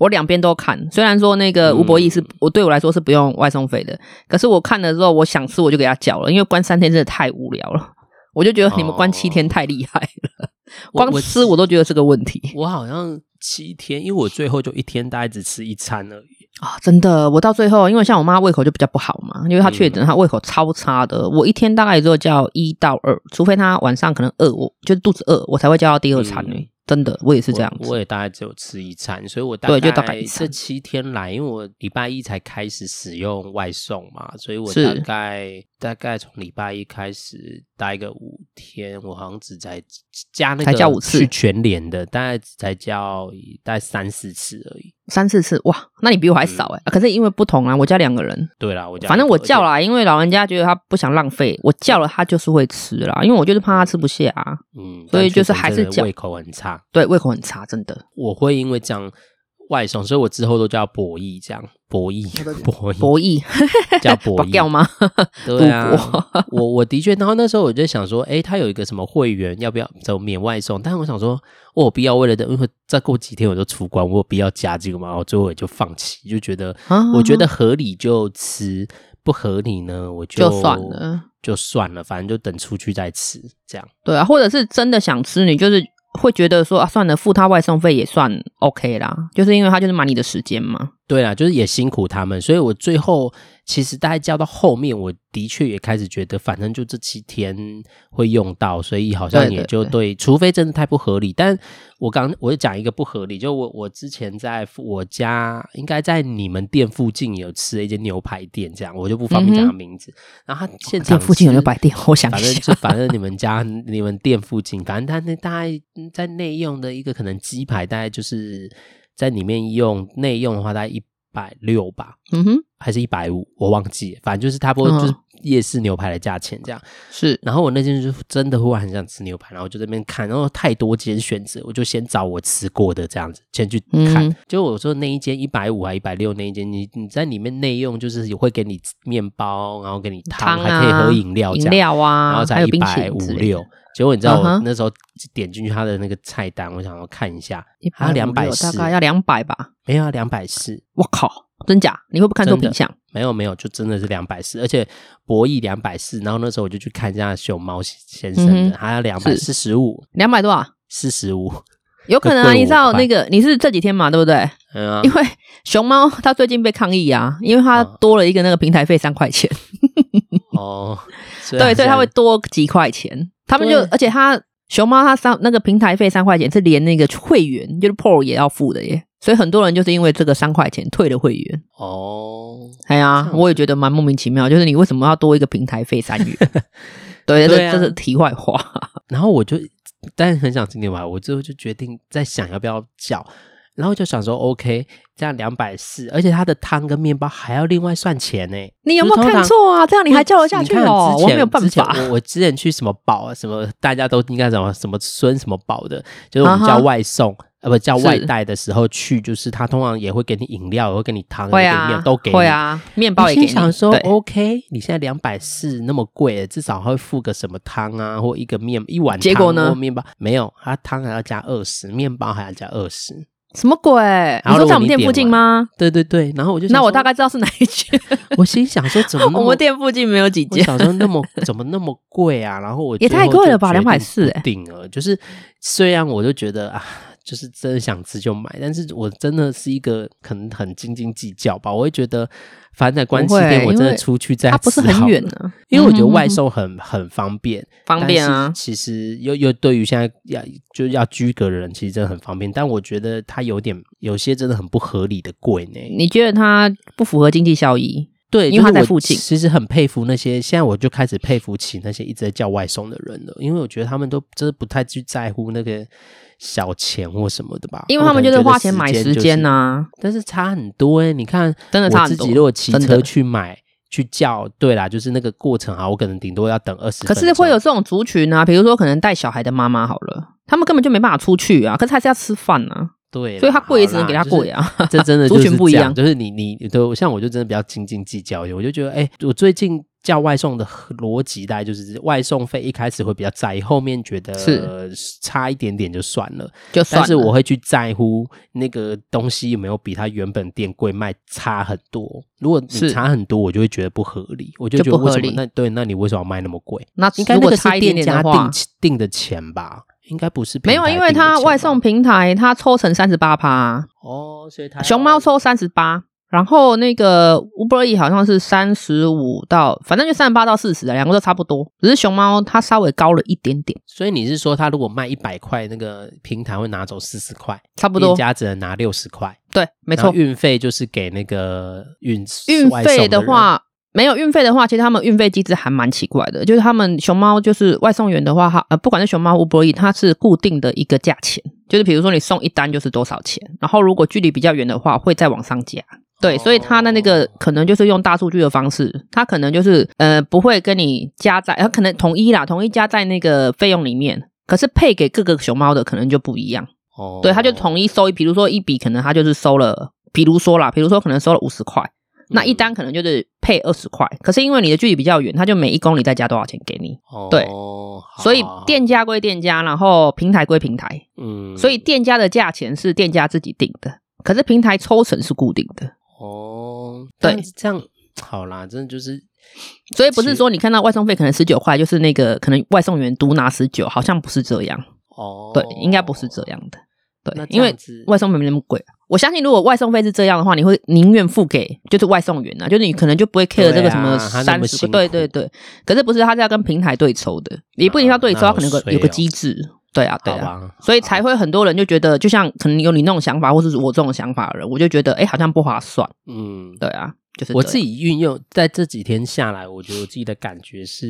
[SPEAKER 2] 我两边都看，虽然说那
[SPEAKER 1] 嗯
[SPEAKER 2] 个吴博义是、我对我来说是不用外送费的，可是我看了之后，我想吃我就给他缴了，因为关三天真的太无聊了，我就觉得你们关七天太厉害了，
[SPEAKER 1] 我
[SPEAKER 2] 光
[SPEAKER 1] 我
[SPEAKER 2] 吃我都觉得是个问题
[SPEAKER 1] 我好像七天，因为我最后就一天大概只吃一餐而已。
[SPEAKER 2] 啊、真的，我到最后，因为像我妈胃口就比较不好嘛，因为她确
[SPEAKER 1] 嗯
[SPEAKER 2] 诊，她胃口超差的，我一天大概也只有叫一到二，除非她晚上可能饿，我就是肚子饿，我才会叫到第二餐呢、
[SPEAKER 1] 嗯
[SPEAKER 2] 真的，我也是这样
[SPEAKER 1] 我
[SPEAKER 2] 子。
[SPEAKER 1] 我也大概只有吃一餐，所以我大
[SPEAKER 2] 对就大概一
[SPEAKER 1] 这
[SPEAKER 2] 餐
[SPEAKER 1] 七天来，因为我礼拜一才开始使用外送嘛，所以我
[SPEAKER 2] 是
[SPEAKER 1] 大概大概从礼拜一开始待个五天，我好像只才加那
[SPEAKER 2] 才
[SPEAKER 1] 个
[SPEAKER 2] 叫五次
[SPEAKER 1] 去全联的，大概只才叫大概三四次而已。
[SPEAKER 2] 三四次哇，那你比我还少
[SPEAKER 1] 嗯
[SPEAKER 2] 哎、啊可是因为不同啊，我家两个人，
[SPEAKER 1] 对啦，我家
[SPEAKER 2] 反正我叫
[SPEAKER 1] 了，
[SPEAKER 2] 啦，因为老人家觉得他不想浪费，我叫了他就是会吃啦，因为我就是怕他吃不下啊，
[SPEAKER 1] 嗯，
[SPEAKER 2] 所以
[SPEAKER 1] 但
[SPEAKER 2] 就是
[SPEAKER 1] 确诊
[SPEAKER 2] 还是
[SPEAKER 1] 真的
[SPEAKER 2] 叫
[SPEAKER 1] 胃口很差，
[SPEAKER 2] 对，胃口很差，真的。
[SPEAKER 1] 我会因为这样。外送，所以我之后都叫博弈，这样博弈 博弈
[SPEAKER 2] 博弈
[SPEAKER 1] 叫博
[SPEAKER 2] 拔
[SPEAKER 1] 弈
[SPEAKER 2] 掉吗？
[SPEAKER 1] 对啊
[SPEAKER 2] 赌博，
[SPEAKER 1] 我我的确，然后那时候我就想说，诶，他有一个什么会员，要不要走免外送？但我想说，我有必要为了这，因为再过几天我就出关，我有必要加这个吗？我最后也就放弃，就觉得
[SPEAKER 2] 啊
[SPEAKER 1] 我觉得合理就吃，不合理呢我就
[SPEAKER 2] 就算了，
[SPEAKER 1] 就算了，反正就等出去再吃，这样
[SPEAKER 2] 对啊，或者是真的想吃，你就是会觉得说啊，算了，付他外送费也算 OK 啦，就是因为他就是买你的时间嘛。
[SPEAKER 1] 对啦，就是也辛苦他们，所以我最后其实大概叫到后面，我的确也开始觉得，反正就这七天会用到，所以好像
[SPEAKER 2] 对
[SPEAKER 1] 也
[SPEAKER 2] 对
[SPEAKER 1] 就对，除非真的太不合理。但我刚我就讲一个不合理，就我我之前在我家应该在你们店附近有吃了一间牛排店，这样我就不方便讲
[SPEAKER 2] 嗯
[SPEAKER 1] 它
[SPEAKER 2] 哼哦
[SPEAKER 1] 名字。然后它现场
[SPEAKER 2] 这附近有
[SPEAKER 1] 吃
[SPEAKER 2] 牛排店，我想
[SPEAKER 1] 反
[SPEAKER 2] 一
[SPEAKER 1] 正
[SPEAKER 2] 下
[SPEAKER 1] 就，反正你们家 你们店附近，反正他那大概在内用的一个可能鸡排，大概就是在里面用内用的话，大概一百六吧，
[SPEAKER 2] 嗯哼，
[SPEAKER 1] 还是一百五，我忘记了，反正就是差不多
[SPEAKER 2] 嗯
[SPEAKER 1] 就是夜市牛排的价钱这样。
[SPEAKER 2] 是
[SPEAKER 1] 然后我那天就真的忽然很想吃牛排，然后我就在那边看，然后太多间选择，我就先找我吃过的这样子先去看。
[SPEAKER 2] 嗯
[SPEAKER 1] 就我说那一间一百五还一百六那一间，你你在里面内用就是也会给你面包，然后给你汤，
[SPEAKER 2] 汤啊
[SPEAKER 1] 还可以喝饮料这
[SPEAKER 2] 饮
[SPEAKER 1] 样。
[SPEAKER 2] 料啊，
[SPEAKER 1] 然后
[SPEAKER 2] 还
[SPEAKER 1] 才
[SPEAKER 2] 有
[SPEAKER 1] 一
[SPEAKER 2] 冰淇
[SPEAKER 1] 百
[SPEAKER 2] 淋
[SPEAKER 1] 五
[SPEAKER 2] 之类的
[SPEAKER 1] 六。结果你知道我
[SPEAKER 2] 嗯哼
[SPEAKER 1] 那时候点进去他的那个菜单，我想要看一下，还
[SPEAKER 2] 156
[SPEAKER 1] 有240
[SPEAKER 2] 大概要两百吧。
[SPEAKER 1] 没有啊两百四，
[SPEAKER 2] 我靠，真假？你会不会看错
[SPEAKER 1] 真的
[SPEAKER 2] 品相？
[SPEAKER 1] 没有没有，就真的是两百四，而且博弈两百四。然后那时候我就去看一下熊猫先生
[SPEAKER 2] 嗯哼
[SPEAKER 1] 的，他要两百四十五，
[SPEAKER 2] 两百多啊？
[SPEAKER 1] 四十五，
[SPEAKER 2] 有可能
[SPEAKER 1] 会
[SPEAKER 2] 啊，
[SPEAKER 1] 贵
[SPEAKER 2] 你知
[SPEAKER 1] 5
[SPEAKER 2] 道
[SPEAKER 1] 块
[SPEAKER 2] 那个你是这几天嘛，对不对？
[SPEAKER 1] 嗯啊
[SPEAKER 2] 因，为熊猫它最近被抗议啊，因为它
[SPEAKER 1] 嗯
[SPEAKER 2] 多了一个那个平台费三块钱，
[SPEAKER 1] 哦，所以
[SPEAKER 2] 对，啊所以它
[SPEAKER 1] 他
[SPEAKER 2] 会多几块钱。他们就
[SPEAKER 1] 对
[SPEAKER 2] 而且它熊猫它三那个平台费三块钱是连那个会员就是 Pro 也要付的耶，所以很多人就是因为这个三块钱退了会员。
[SPEAKER 1] 哦，
[SPEAKER 2] 哎
[SPEAKER 1] 这
[SPEAKER 2] 呀
[SPEAKER 1] 样，子
[SPEAKER 2] 我也觉得蛮莫名其妙，就是你为什么要多一个平台费三 元？对，
[SPEAKER 1] 对
[SPEAKER 2] 这
[SPEAKER 1] 啊
[SPEAKER 2] 这是题外话。
[SPEAKER 1] 然后我就，但是很想吃牛排，我最后就决定在想要不要叫，然后就想说 OK，这样两百四，而且它的汤跟面包还要另外算钱呢。
[SPEAKER 2] 你有没有
[SPEAKER 1] 就是通常
[SPEAKER 2] 看错啊？这样你还叫得下去哦？
[SPEAKER 1] 我
[SPEAKER 2] 我没有办 法。
[SPEAKER 1] 我我之前去什么宝啊，什么大家都应该什么什么孙什么宝的，就是我们
[SPEAKER 2] 啊哈
[SPEAKER 1] 叫外送。呃不叫
[SPEAKER 2] 是
[SPEAKER 1] 外带的时候去，就是他通常也会给你饮料，也会给你汤，
[SPEAKER 2] 会
[SPEAKER 1] 也会给你
[SPEAKER 2] 啊
[SPEAKER 1] 面，都给你。
[SPEAKER 2] 会啊，面包
[SPEAKER 1] 我
[SPEAKER 2] 也给
[SPEAKER 1] 心
[SPEAKER 2] 你。
[SPEAKER 1] 想说
[SPEAKER 2] 对
[SPEAKER 1] ，OK，你现在两百四那么贵，至少会付个什么汤啊，或一个面一碗汤
[SPEAKER 2] 结果呢
[SPEAKER 1] 或面包没有，他汤还要加二十，面包还要加二十。
[SPEAKER 2] 什么鬼？你
[SPEAKER 1] 如
[SPEAKER 2] 说
[SPEAKER 1] 果
[SPEAKER 2] 在我们
[SPEAKER 1] 你
[SPEAKER 2] 店附
[SPEAKER 1] 点完
[SPEAKER 2] 近吗？
[SPEAKER 1] 对对对，然后我就想
[SPEAKER 2] 那我
[SPEAKER 1] 说
[SPEAKER 2] 大概知道是哪一 间。
[SPEAKER 1] 我心想说怎么那
[SPEAKER 2] 我
[SPEAKER 1] 么
[SPEAKER 2] 们店附近没有几
[SPEAKER 1] 我
[SPEAKER 2] 间。
[SPEAKER 1] 想说那么怎么那么贵啊？然后我最
[SPEAKER 2] 也太
[SPEAKER 1] 后
[SPEAKER 2] 贵
[SPEAKER 1] 就
[SPEAKER 2] 了吧
[SPEAKER 1] 决定
[SPEAKER 2] 240
[SPEAKER 1] 不定了，就是虽然我就觉得啊，就是真的想吃就买，但是我真的是一个可能很斤斤计较吧，我会觉得反正在关
[SPEAKER 2] 不
[SPEAKER 1] 系
[SPEAKER 2] 会
[SPEAKER 1] 店我真
[SPEAKER 2] 因
[SPEAKER 1] 的
[SPEAKER 2] 为
[SPEAKER 1] 出去再
[SPEAKER 2] 它不是
[SPEAKER 1] 吃好
[SPEAKER 2] 很远
[SPEAKER 1] 了
[SPEAKER 2] 呢，
[SPEAKER 1] 因为我觉得
[SPEAKER 2] 嗯
[SPEAKER 1] 外送很很方便，
[SPEAKER 2] 方便啊
[SPEAKER 1] 但。是其实又又对于现在要就是要居隔的人，其实真的很方便，但我觉得它有点有些真的很不合理的贵呢。
[SPEAKER 2] 你觉得它不符合经济效益？
[SPEAKER 1] 对，
[SPEAKER 2] 因为
[SPEAKER 1] 就
[SPEAKER 2] 他
[SPEAKER 1] 是
[SPEAKER 2] 在
[SPEAKER 1] 我
[SPEAKER 2] 附近
[SPEAKER 1] 其实很佩服那些，现在我就开始佩服起那些一直在叫外送的人了，因为我觉得他们都真的不太去在乎那个小钱或什么的吧，
[SPEAKER 2] 因为他们
[SPEAKER 1] 我可能
[SPEAKER 2] 就是
[SPEAKER 1] 觉得
[SPEAKER 2] 花钱买时间啊
[SPEAKER 1] 呐、
[SPEAKER 2] 呐、
[SPEAKER 1] 但是差很多哎、你看
[SPEAKER 2] 真的差
[SPEAKER 1] 我
[SPEAKER 2] 很
[SPEAKER 1] 自
[SPEAKER 2] 多
[SPEAKER 1] 己如果骑
[SPEAKER 2] 真的
[SPEAKER 1] 车去买去叫，对啦，就是那个过程啊，我可能顶多要等二十，
[SPEAKER 2] 可是会有这种族群啊，比如说可能带小孩的妈妈好了，他们根本就没办法出去啊，可是还是要吃饭啊，
[SPEAKER 1] 对啦，
[SPEAKER 2] 所以他贵也只能
[SPEAKER 1] 好
[SPEAKER 2] 给
[SPEAKER 1] 啦
[SPEAKER 2] 他
[SPEAKER 1] 就是
[SPEAKER 2] 贵啊。
[SPEAKER 1] 这真的
[SPEAKER 2] 族
[SPEAKER 1] 就是
[SPEAKER 2] 群不一
[SPEAKER 1] 这
[SPEAKER 2] 样
[SPEAKER 1] 就是你你对，像我就真的比较斤斤计较一点，我就觉得，哎、我最近叫外送的逻辑大概就是，外送费一开始会比较在意，后面觉得
[SPEAKER 2] 是
[SPEAKER 1] 呃差一点点就算了，
[SPEAKER 2] 就算
[SPEAKER 1] 但
[SPEAKER 2] 了，
[SPEAKER 1] 是我会去在乎那个东西有没有比它原本店贵卖差很多。如果你
[SPEAKER 2] 是
[SPEAKER 1] 差很多，我就会觉得不合理，我就觉
[SPEAKER 2] 就
[SPEAKER 1] 得
[SPEAKER 2] 不合
[SPEAKER 1] 为什么
[SPEAKER 2] 理
[SPEAKER 1] 那对，那你为什么要卖那么贵？
[SPEAKER 2] 那
[SPEAKER 1] 应该
[SPEAKER 2] 如
[SPEAKER 1] 那
[SPEAKER 2] 果
[SPEAKER 1] 个是
[SPEAKER 2] 差一点
[SPEAKER 1] 店
[SPEAKER 2] 点
[SPEAKER 1] 家
[SPEAKER 2] 的
[SPEAKER 1] 定
[SPEAKER 2] 话，
[SPEAKER 1] 定的钱吧，应该不是平
[SPEAKER 2] 没有，啊
[SPEAKER 1] 台
[SPEAKER 2] 因为
[SPEAKER 1] 定的
[SPEAKER 2] 他
[SPEAKER 1] 钱
[SPEAKER 2] 外
[SPEAKER 1] 吧
[SPEAKER 2] 送平台他抽成三十八趴，
[SPEAKER 1] 哦，所以他
[SPEAKER 2] 熊猫抽三十八，然后那个 Uber E 好像是三十五到，反正就三十八到四十啊，两个都差不多，只是熊猫它稍微高了一点点，
[SPEAKER 1] 所以你是说，他如果卖一百块，那个平台会拿走四十块，
[SPEAKER 2] 差不
[SPEAKER 1] 店
[SPEAKER 2] 多，
[SPEAKER 1] 家只能拿六十块，
[SPEAKER 2] 对，
[SPEAKER 1] 没
[SPEAKER 2] 没错。
[SPEAKER 1] 运费就是给那个运
[SPEAKER 2] 运
[SPEAKER 1] 外送的
[SPEAKER 2] 费的
[SPEAKER 1] 人，
[SPEAKER 2] 话，没有运费的话，其实他们运费机制还蛮奇怪的，就是他们熊猫就是外送员的话，它呃不管是熊猫 Uber E，它是固定的一个价钱，就是比如说你送一单就是多少钱，然后如果距离比较远的话，会再往上加。对，所以它的那个
[SPEAKER 1] 哦
[SPEAKER 2] 可能就是用大数据的方式，它可能就是呃不会跟你加在，它可能统一啦，统一加在那个费用里面。可是配给各个熊猫的可能就不一样，
[SPEAKER 1] 哦
[SPEAKER 2] 对，它就统一收一，比如说一笔可能它就是收了，比如说啦，比如说可能收了五十块，
[SPEAKER 1] 嗯
[SPEAKER 2] 那一单可能就是配二十块，可是因为你的距离比较远，他就每一公里再加多少钱给你，
[SPEAKER 1] 哦
[SPEAKER 2] 对
[SPEAKER 1] 好
[SPEAKER 2] 所以
[SPEAKER 1] 好好
[SPEAKER 2] 店家归店家，然后平台归平台，
[SPEAKER 1] 嗯，
[SPEAKER 2] 所以店家的价钱是店家自己定的，可是平台抽成是固定的，
[SPEAKER 1] 哦，
[SPEAKER 2] 对
[SPEAKER 1] 但是这样好啦，真的就是
[SPEAKER 2] 所以不是
[SPEAKER 1] 其
[SPEAKER 2] 说你看到外送费可能十九块，就是那个可能外送员独拿十九，好像不是这样，
[SPEAKER 1] 哦，
[SPEAKER 2] 对，应该不是这样的，
[SPEAKER 1] 那
[SPEAKER 2] 对，
[SPEAKER 1] 这
[SPEAKER 2] 因
[SPEAKER 1] 样
[SPEAKER 2] 为
[SPEAKER 1] 子
[SPEAKER 2] 外送没那么贵。啊我相信，如果外送费是这样的话，你会宁愿付给就是外送员啊，就是你可能就不会 care 这
[SPEAKER 1] 对啊
[SPEAKER 2] 个什么
[SPEAKER 1] 他那
[SPEAKER 2] 三
[SPEAKER 1] 么
[SPEAKER 2] 十、
[SPEAKER 1] 辛苦
[SPEAKER 2] 对对对。可是不是，他是要跟平台对抽的，也不一定要对抽，
[SPEAKER 1] 那
[SPEAKER 2] 他
[SPEAKER 1] 好
[SPEAKER 2] 可能有个
[SPEAKER 1] 衰
[SPEAKER 2] 有个
[SPEAKER 1] 哦
[SPEAKER 2] 机制。对啊，对
[SPEAKER 1] 好
[SPEAKER 2] 啊，
[SPEAKER 1] 吧，
[SPEAKER 2] 所以才会很多人就觉得，就像可能有你那种想法，或是我这种想法的人，我就觉得哎、诶好像不划算。
[SPEAKER 1] 嗯，
[SPEAKER 2] 对啊，就是
[SPEAKER 1] 我
[SPEAKER 2] 这
[SPEAKER 1] 自
[SPEAKER 2] 样，
[SPEAKER 1] 己运用在这几天下来，我觉得我自己的感觉是，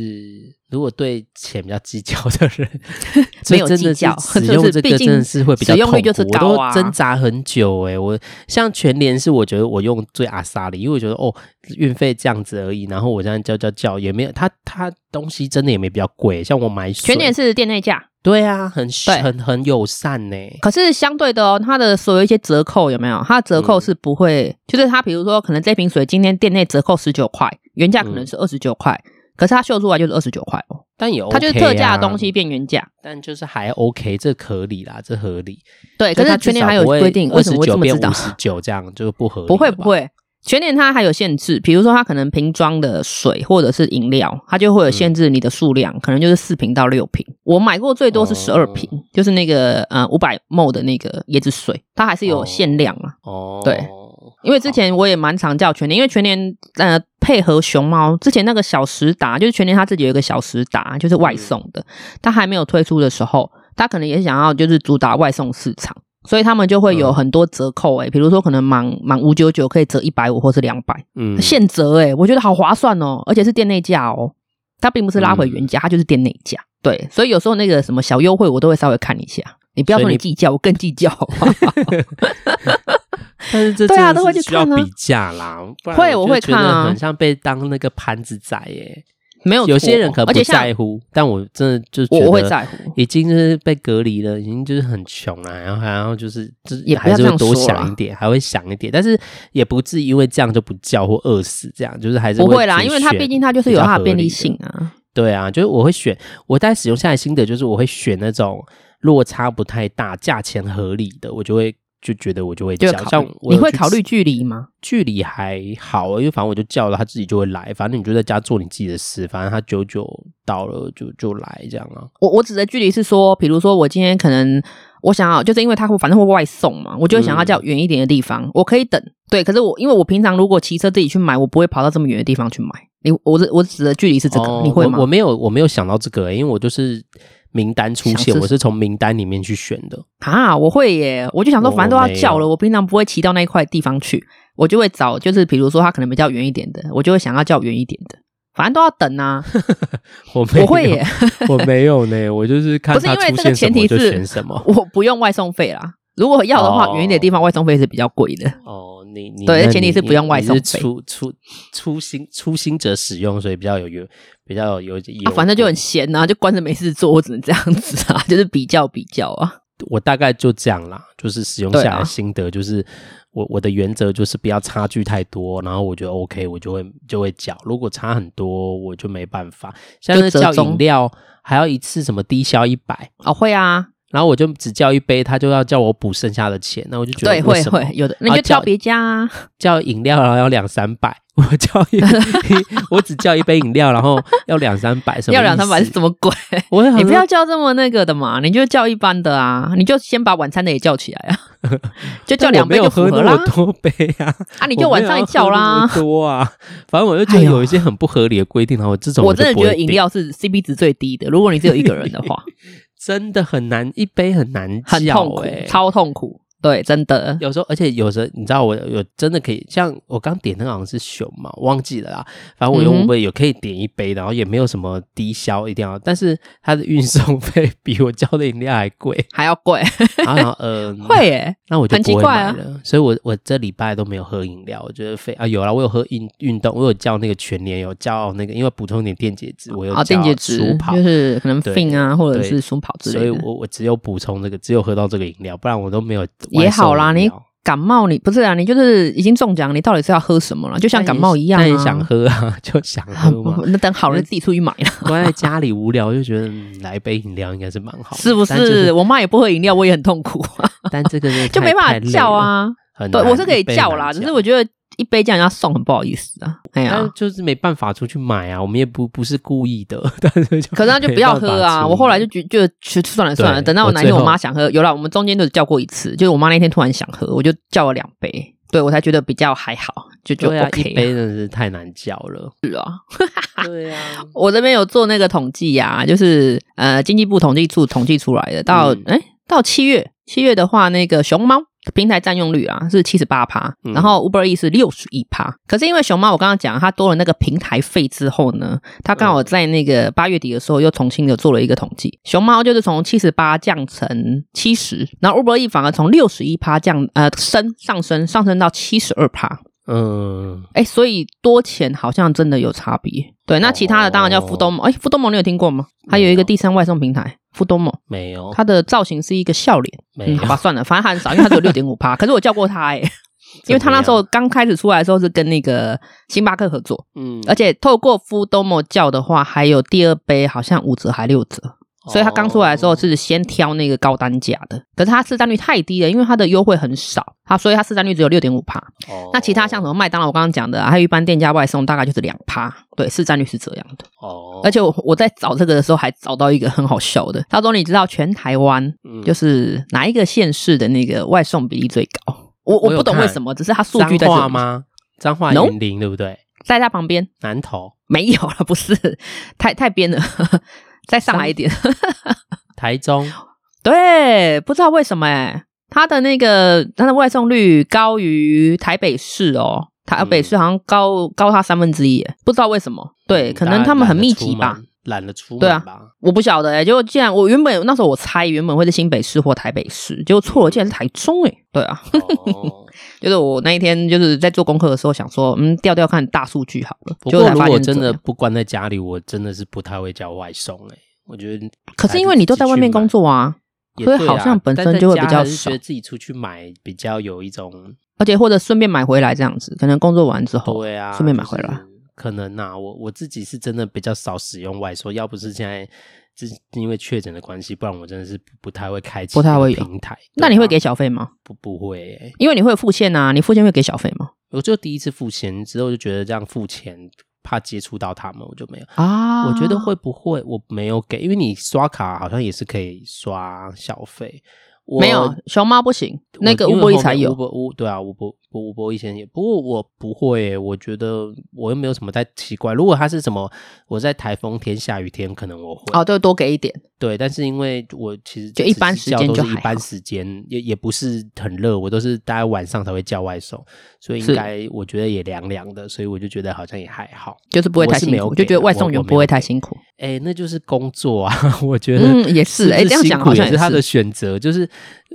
[SPEAKER 1] 如果对钱比较计较的人
[SPEAKER 2] 没有
[SPEAKER 1] 所以真的
[SPEAKER 2] 计较
[SPEAKER 1] 是使
[SPEAKER 2] 就是
[SPEAKER 1] 用这
[SPEAKER 2] 毕
[SPEAKER 1] 个
[SPEAKER 2] 竟
[SPEAKER 1] 真的是会比较
[SPEAKER 2] 使用率
[SPEAKER 1] 痛苦
[SPEAKER 2] 就是高啊
[SPEAKER 1] 我都挣扎很久诶、我像全联是我觉得我用最阿萨的，因为我觉得哦运费这样子而已，然后我这样叫叫叫也没有，它它东西真的也没比较贵，像我买水
[SPEAKER 2] 全年是店内价，
[SPEAKER 1] 对啊，很
[SPEAKER 2] 对
[SPEAKER 1] 很很友善欸呢、
[SPEAKER 2] 可是相对的哦，它的所有一些折扣有没有？它的折扣是不会，
[SPEAKER 1] 嗯
[SPEAKER 2] 就是它比如说可能这瓶水今天店内折扣十九块，原价可能是二十九块，可是它秀出来就是二十九块哦，
[SPEAKER 1] 但也嗯 OK
[SPEAKER 2] 它就是特价
[SPEAKER 1] 啊
[SPEAKER 2] 的东西，变原价。
[SPEAKER 1] 但就是还 OK，这合理啦，这合理。
[SPEAKER 2] 对，哎可是全年还有规定，为
[SPEAKER 1] 二
[SPEAKER 2] 什
[SPEAKER 1] 十
[SPEAKER 2] 么会这
[SPEAKER 1] 九
[SPEAKER 2] 么
[SPEAKER 1] 变
[SPEAKER 2] 知道
[SPEAKER 1] 五？十九这样就不合理。
[SPEAKER 2] 不会不，会，全年它还有限制，比如说它可能瓶装的水或者是饮料，它就会有限制你的数量，可能就是四瓶到六瓶。我买过最多是十二
[SPEAKER 1] 哦
[SPEAKER 2] 瓶，就是那个呃五百 ml 的那个椰子水，它还是有
[SPEAKER 1] 哦
[SPEAKER 2] 限量啊嘛。
[SPEAKER 1] 哦，
[SPEAKER 2] 对因为之前我也蛮常叫全年，因为全年呃配合熊猫，之前那个小时达就是全年他自己有一个小时达，就是外送的，
[SPEAKER 1] 嗯
[SPEAKER 2] 他还没有推出的时候，他可能也想要就是主打外送市场，所以他们就会有
[SPEAKER 1] 嗯
[SPEAKER 2] 很多折扣欸诶、比如说可能满满五九九可以折一百五或是两百、
[SPEAKER 1] 嗯
[SPEAKER 2] 现折诶、我觉得好划算哦，而且是店内价哦，它并不是拉回原
[SPEAKER 1] 嗯
[SPEAKER 2] 价，它就是店内价。对，所以有时候那个什么小优惠我都会稍微看一下，你不要
[SPEAKER 1] 所以
[SPEAKER 2] 说你
[SPEAKER 1] 你
[SPEAKER 2] 计较，我更 计较好不好
[SPEAKER 1] 但是这
[SPEAKER 2] 对啊
[SPEAKER 1] 真的
[SPEAKER 2] 都会
[SPEAKER 1] 是
[SPEAKER 2] 去
[SPEAKER 1] 需要
[SPEAKER 2] 看啊
[SPEAKER 1] 比价啦，不然
[SPEAKER 2] 会
[SPEAKER 1] 我
[SPEAKER 2] 我
[SPEAKER 1] 就
[SPEAKER 2] 会
[SPEAKER 1] 觉得
[SPEAKER 2] 看啊
[SPEAKER 1] 很像被当那个盘子仔耶。
[SPEAKER 2] 没有错，
[SPEAKER 1] 有些人可能不
[SPEAKER 2] 而且像
[SPEAKER 1] 在乎，但我真的就觉
[SPEAKER 2] 我
[SPEAKER 1] 得
[SPEAKER 2] 我会在乎，
[SPEAKER 1] 已经就是被隔离了，已经就是很穷了，然后然后就是就是
[SPEAKER 2] 也不
[SPEAKER 1] 还
[SPEAKER 2] 要
[SPEAKER 1] 是
[SPEAKER 2] 这
[SPEAKER 1] 会
[SPEAKER 2] 样
[SPEAKER 1] 多
[SPEAKER 2] 说啦
[SPEAKER 1] 想一点，还会想一点，但是也不至于因为这样就不叫或饿死，这样就是还是
[SPEAKER 2] 不会
[SPEAKER 1] 会
[SPEAKER 2] 啦，
[SPEAKER 1] 自己
[SPEAKER 2] 因为它
[SPEAKER 1] 选
[SPEAKER 2] 毕竟它就是
[SPEAKER 1] 比
[SPEAKER 2] 有
[SPEAKER 1] 较
[SPEAKER 2] 它
[SPEAKER 1] 合
[SPEAKER 2] 的便利
[SPEAKER 1] 理
[SPEAKER 2] 性啊。
[SPEAKER 1] 对啊，就是我会选，我在使用下来心得就是我会选那种落差不太大、价钱合理的，我就会就觉得我就会
[SPEAKER 2] 就
[SPEAKER 1] 叫
[SPEAKER 2] 会。考
[SPEAKER 1] 像
[SPEAKER 2] 虑
[SPEAKER 1] 我
[SPEAKER 2] 你
[SPEAKER 1] 有
[SPEAKER 2] 会
[SPEAKER 1] 去
[SPEAKER 2] 考
[SPEAKER 1] 吃
[SPEAKER 2] 虑距离吗？
[SPEAKER 1] 距离还好，啊因为反正我就叫了，他自己就会来，反正你就在家做你自己的事，反正他九九到了就就来这样啊。
[SPEAKER 2] 我我指的距离是说，比如说我今天可能我想要，就是因为它会反正会外送嘛，我就会想要
[SPEAKER 1] 嗯
[SPEAKER 2] 叫远一点的地方，我可以等。对，可是我因为我平常如果骑车自己去买，我不会跑到这么远的地方去买。你我指我指的距离是这个，
[SPEAKER 1] 哦
[SPEAKER 2] 你会
[SPEAKER 1] 我？我
[SPEAKER 2] 吗？
[SPEAKER 1] 没有，我没有想到这个、欸因为我就是名单出
[SPEAKER 2] 想吃
[SPEAKER 1] 现，我是从名单里面去选的。
[SPEAKER 2] 啊，我会耶！我就想说，
[SPEAKER 1] 我
[SPEAKER 2] 反正都要
[SPEAKER 1] 没
[SPEAKER 2] 叫
[SPEAKER 1] 有
[SPEAKER 2] 了，我平常不会骑到那一块地方去，我就会找，就是比如说它可能比较远一点的，我就会想要叫远一点的。反正都要等啊，
[SPEAKER 1] 我没有，
[SPEAKER 2] 我会耶，
[SPEAKER 1] 我没有呢，我 就是看
[SPEAKER 2] 不是
[SPEAKER 1] 他
[SPEAKER 2] 因为
[SPEAKER 1] 出
[SPEAKER 2] 这
[SPEAKER 1] 现什
[SPEAKER 2] 个前
[SPEAKER 1] 么
[SPEAKER 2] 提
[SPEAKER 1] 就是选什么。
[SPEAKER 2] 我不用外送费啦。如果要的话，远一点的地方外送费是比较贵的。啊
[SPEAKER 1] 哦，你你
[SPEAKER 2] 对
[SPEAKER 1] 那
[SPEAKER 2] 前提
[SPEAKER 1] 你
[SPEAKER 2] 是不
[SPEAKER 1] 你
[SPEAKER 2] 用外
[SPEAKER 1] 你
[SPEAKER 2] 送
[SPEAKER 1] 是
[SPEAKER 2] 费
[SPEAKER 1] 初初初心初心者使用，所以比较有有比较有有、
[SPEAKER 2] 啊，反正就很闲呐、就关着没事做，我只能这样子啊， 就是比较比较啊。
[SPEAKER 1] 我大概就这样啦，就是使用
[SPEAKER 2] 对
[SPEAKER 1] 下来
[SPEAKER 2] 啊
[SPEAKER 1] 的心得，就是我我的原则就是不要差距太多，然后我觉得 OK，我就会就会缴。如果差很多，我就没办法。像是
[SPEAKER 2] 折
[SPEAKER 1] 叫
[SPEAKER 2] 中
[SPEAKER 1] 饮料还要一次什么低消一百，
[SPEAKER 2] 哦，会啊，
[SPEAKER 1] 然后我就只叫一杯，他就要叫我补剩下的钱，那我就觉得
[SPEAKER 2] 对，会
[SPEAKER 1] 为什么
[SPEAKER 2] 会有的，那你
[SPEAKER 1] 啊
[SPEAKER 2] 就挑
[SPEAKER 1] 叫
[SPEAKER 2] 别家啊。
[SPEAKER 1] 叫饮料然后要两三百，我叫一我只叫一杯饮料，然后要两三百，什么
[SPEAKER 2] 要两三百
[SPEAKER 1] 意
[SPEAKER 2] 是
[SPEAKER 1] 思
[SPEAKER 2] 什么 鬼？
[SPEAKER 1] 我会很
[SPEAKER 2] 你不要叫这么那个的嘛，你就叫一般的啊，你就先把晚餐的也叫起来 啊，就
[SPEAKER 1] 但
[SPEAKER 2] 叫
[SPEAKER 1] 我
[SPEAKER 2] 两
[SPEAKER 1] 没
[SPEAKER 2] 杯
[SPEAKER 1] 有
[SPEAKER 2] 就符
[SPEAKER 1] 喝
[SPEAKER 2] 合
[SPEAKER 1] 那
[SPEAKER 2] 啦
[SPEAKER 1] 么。多杯啊。
[SPEAKER 2] 啊， 你就晚上也叫啦。
[SPEAKER 1] 多啊，反正我就觉
[SPEAKER 2] 哎
[SPEAKER 1] 得
[SPEAKER 2] 呦
[SPEAKER 1] 有一些很不合理的规定，然后这种
[SPEAKER 2] 我
[SPEAKER 1] 就
[SPEAKER 2] 真的
[SPEAKER 1] 不
[SPEAKER 2] 觉
[SPEAKER 1] 会
[SPEAKER 2] 得饮
[SPEAKER 1] 订
[SPEAKER 2] 料是 CP 值最低的，如果你只有一个人的 话，
[SPEAKER 1] 真的很难，一杯很难叫、欸，
[SPEAKER 2] 很痛苦，超痛苦。对，真的。
[SPEAKER 1] 有时候，而且有时候，你知道我有真的可以，像我刚点那个好像是熊嘛，忘记了啦。反正我
[SPEAKER 2] 嗯
[SPEAKER 1] 用
[SPEAKER 2] 哼
[SPEAKER 1] Uber 有可以点一杯，然后也没有什么低消，一定要，但是它的运送费比我叫的饮料还 贵。
[SPEAKER 2] 还要贵，
[SPEAKER 1] 然后然后，嗯、
[SPEAKER 2] 会诶、
[SPEAKER 1] 那我就
[SPEAKER 2] 很奇
[SPEAKER 1] 不会
[SPEAKER 2] 怪啊
[SPEAKER 1] 买了。所以我我这礼拜都没有喝饮料，我觉得非啊有啦，我有喝运运动，我有叫那个全年，有叫那个，因为补充一点电解质，我有
[SPEAKER 2] 啊，
[SPEAKER 1] 叫
[SPEAKER 2] 电解
[SPEAKER 1] 舒
[SPEAKER 2] 质
[SPEAKER 1] 跑。
[SPEAKER 2] 就是可能
[SPEAKER 1] 对
[SPEAKER 2] fin 啊，或者
[SPEAKER 1] 对
[SPEAKER 2] 是松跑之类的。
[SPEAKER 1] 所以我我只有补充这个，只有喝到这个饮料，不然我都没有。
[SPEAKER 2] 也好啦，你
[SPEAKER 1] 外送饮料
[SPEAKER 2] 感冒你不是啊，你就是已经中奖，你到底是要喝什么了？就像感冒一样、啊，
[SPEAKER 1] 但也想喝啊， 就想 喝嘛。
[SPEAKER 2] 那等好了自己出去买了，
[SPEAKER 1] 关在家里无聊，就觉得嗯来杯饮料应该是蛮好的，
[SPEAKER 2] 是不？？
[SPEAKER 1] 但就是
[SPEAKER 2] 我妈也不喝饮料，我也很痛苦啊，
[SPEAKER 1] 但这个真的
[SPEAKER 2] 就
[SPEAKER 1] 太
[SPEAKER 2] 没办法叫，啊。
[SPEAKER 1] 太累了很
[SPEAKER 2] 对，
[SPEAKER 1] 难
[SPEAKER 2] 我是可以
[SPEAKER 1] 一杯
[SPEAKER 2] 叫
[SPEAKER 1] 很
[SPEAKER 2] 啦，
[SPEAKER 1] 难
[SPEAKER 2] 只
[SPEAKER 1] 叫
[SPEAKER 2] 是我觉得一杯这样要送很不好意思啊。哎呀、
[SPEAKER 1] 但就是没办法出去买啊，我们也不不是故意的， 但是就
[SPEAKER 2] 可是那就不要喝
[SPEAKER 1] 没办法
[SPEAKER 2] 啊！
[SPEAKER 1] 出
[SPEAKER 2] 我后来就觉就就算了算了，
[SPEAKER 1] 对
[SPEAKER 2] 等到
[SPEAKER 1] 我
[SPEAKER 2] 哪
[SPEAKER 1] 最
[SPEAKER 2] 天我
[SPEAKER 1] 后
[SPEAKER 2] 妈想喝，有了，我们中间就叫过一次，就是我妈那天突然想喝，我就叫了两杯，对我才觉得比较还好，就就
[SPEAKER 1] 对啊，一
[SPEAKER 2] OK 了。
[SPEAKER 1] 杯真的是太难叫了，
[SPEAKER 2] 是啊，
[SPEAKER 1] 对啊，
[SPEAKER 2] 我这边有做那个统计呀、就是呃经济部统计处统计出来的，到哎
[SPEAKER 1] 嗯、
[SPEAKER 2] 诶到七月，七月的话，那个熊猫平台占用率啊是七十八趴，
[SPEAKER 1] 嗯
[SPEAKER 2] 然后 Uber E 是六十一趴。可是因为熊猫我刚刚讲它多了那个平台费之后呢，它刚好在那个
[SPEAKER 1] 嗯
[SPEAKER 2] 八月底的时候又重新的做了一个统计，熊猫就是从七十八降成七十，然后 Uber E 反而从六十一趴降呃升上升上升到七十二趴。
[SPEAKER 1] 嗯，
[SPEAKER 2] 哎，所以多钱好像真的有差别。对，那其他的当然叫
[SPEAKER 1] 哦
[SPEAKER 2] 富东蒙。哎，富东蒙你有听过吗？还有一个第三外送平台富东蒙，
[SPEAKER 1] 没有，
[SPEAKER 2] 它的造型是一个笑脸。
[SPEAKER 1] 哦没
[SPEAKER 2] 嗯，
[SPEAKER 1] 有
[SPEAKER 2] 好吧，算了，反正它很少，因为它只有六点五趴。可是 我叫过它哎、因为它那时候刚开始出来的时候是跟那个星巴克合作，
[SPEAKER 1] 嗯，
[SPEAKER 2] 而且透过富东蒙叫的话，还有第二杯好像五折还六折。所以它刚出来的
[SPEAKER 1] 哦
[SPEAKER 2] 时候是先挑那个高单价的，可是它市占率太低了，因为它的优惠很少，它所以它市占率只有六点五趴。
[SPEAKER 1] 哦，
[SPEAKER 2] 那其他像什
[SPEAKER 1] 么
[SPEAKER 2] 么麦当劳，我刚刚讲的、啊，还有一般店家外送，大概就是两趴，对，市占率是这样的。
[SPEAKER 1] 哦，
[SPEAKER 2] 而且我我在找这个的时候，还找到一个很好笑的，他说你知道全台湾
[SPEAKER 1] 嗯
[SPEAKER 2] 就是哪一个县市的那个外送比例最高？我
[SPEAKER 1] 我
[SPEAKER 2] 我
[SPEAKER 1] 有
[SPEAKER 2] 不懂
[SPEAKER 1] 看
[SPEAKER 2] 为什么，只是他数据在
[SPEAKER 1] 彰
[SPEAKER 2] 这
[SPEAKER 1] 化
[SPEAKER 2] 里？
[SPEAKER 1] 吗？彰化
[SPEAKER 2] No
[SPEAKER 1] 云林对不对？
[SPEAKER 2] 在他旁边
[SPEAKER 1] 南投、
[SPEAKER 2] 没有了，不是太太边了， 再上来一点。
[SPEAKER 1] 台中，
[SPEAKER 2] 对，不知道为什么哎、它的那个它的外送率高于台北市哦，台北市好像高、高它三分之一耶，不知道为什么。对，
[SPEAKER 1] 嗯
[SPEAKER 2] 可
[SPEAKER 1] 大
[SPEAKER 2] 能
[SPEAKER 1] 家
[SPEAKER 2] 他们很
[SPEAKER 1] 懒得
[SPEAKER 2] 密
[SPEAKER 1] 出
[SPEAKER 2] 集吧
[SPEAKER 1] 门。懒得出
[SPEAKER 2] 对啊
[SPEAKER 1] 门吧？
[SPEAKER 2] 我不晓得哎、欸，结果竟然我原本那时候我猜原本会是新北市或台北市，结果错了，竟然是台中哎、对啊，
[SPEAKER 1] 哦，
[SPEAKER 2] 就是我那一天就是在做功课的时候想说，嗯，调调看大数据好了。
[SPEAKER 1] 不
[SPEAKER 2] 结果
[SPEAKER 1] 过
[SPEAKER 2] 才
[SPEAKER 1] 如
[SPEAKER 2] 发现啊
[SPEAKER 1] 果
[SPEAKER 2] 是
[SPEAKER 1] 真
[SPEAKER 2] 这
[SPEAKER 1] 的
[SPEAKER 2] 样，
[SPEAKER 1] 不关在家里，我真的是不太会叫外送哎、我觉得
[SPEAKER 2] 可是因为你都在外面工作啊，
[SPEAKER 1] 也
[SPEAKER 2] 所
[SPEAKER 1] 对啊，
[SPEAKER 2] 以好像本
[SPEAKER 1] 但
[SPEAKER 2] 身
[SPEAKER 1] 在
[SPEAKER 2] 就会
[SPEAKER 1] 家
[SPEAKER 2] 比较
[SPEAKER 1] 还是
[SPEAKER 2] 少
[SPEAKER 1] 觉得自己出去买比较有一种
[SPEAKER 2] 而且或者顺便买回来这样子，可能工作完之后，
[SPEAKER 1] 对啊，
[SPEAKER 2] 顺便买回来。
[SPEAKER 1] 就是可能呐、我我自己是真的比较少使用外送，要不是现在自因为确诊的关系，不然我真的是不不太会开启
[SPEAKER 2] 不太
[SPEAKER 1] 那个
[SPEAKER 2] 会有
[SPEAKER 1] 平台。
[SPEAKER 2] 那
[SPEAKER 1] 对
[SPEAKER 2] 你会
[SPEAKER 1] 啊
[SPEAKER 2] 给小费吗？
[SPEAKER 1] 不不会、欸？
[SPEAKER 2] 因为你会有付现啊，你付现会给小费吗？
[SPEAKER 1] 我就第一次付钱之后就觉得这样付钱怕接触到他们，我就没有。
[SPEAKER 2] 啊
[SPEAKER 1] 我觉得会不会我没有给，因为你刷卡好像也是可以刷小费。我
[SPEAKER 2] 没有熊猫不行，
[SPEAKER 1] 我
[SPEAKER 2] 那个
[SPEAKER 1] 因
[SPEAKER 2] 乌
[SPEAKER 1] 为
[SPEAKER 2] 波一
[SPEAKER 1] 后
[SPEAKER 2] 才
[SPEAKER 1] 面乌
[SPEAKER 2] 有。
[SPEAKER 1] 波乌对啊，乌波乌波一前也，不过我不会、欸，我觉得我又没有什么太奇怪。如果他是什么，我在台风天、下雨天，可能我会、
[SPEAKER 2] 哦，对，多给一点。
[SPEAKER 1] 对，但是因为我其实
[SPEAKER 2] 就
[SPEAKER 1] 只
[SPEAKER 2] 一
[SPEAKER 1] 是
[SPEAKER 2] 般时
[SPEAKER 1] 叫
[SPEAKER 2] 间
[SPEAKER 1] 都
[SPEAKER 2] 就是
[SPEAKER 1] 一
[SPEAKER 2] 还
[SPEAKER 1] 般
[SPEAKER 2] 好
[SPEAKER 1] 时间也也不是很热，我都是大概晚上才会叫外送，所以应
[SPEAKER 2] 是
[SPEAKER 1] 该我觉得也凉凉的，所以我就觉得好像也还好。
[SPEAKER 2] 就是不会太
[SPEAKER 1] 我是
[SPEAKER 2] 辛
[SPEAKER 1] 没有
[SPEAKER 2] 苦，
[SPEAKER 1] 给
[SPEAKER 2] 就觉得
[SPEAKER 1] 啦
[SPEAKER 2] 外送
[SPEAKER 1] 我
[SPEAKER 2] 员
[SPEAKER 1] 我没
[SPEAKER 2] 不
[SPEAKER 1] 有
[SPEAKER 2] 会太
[SPEAKER 1] 给
[SPEAKER 2] 辛苦。
[SPEAKER 1] 哎，那就是工作啊， 我觉得
[SPEAKER 2] 嗯，也是。哎，
[SPEAKER 1] 不
[SPEAKER 2] 这样
[SPEAKER 1] 辛
[SPEAKER 2] 讲
[SPEAKER 1] 苦
[SPEAKER 2] 好像
[SPEAKER 1] 也是他的选择，就是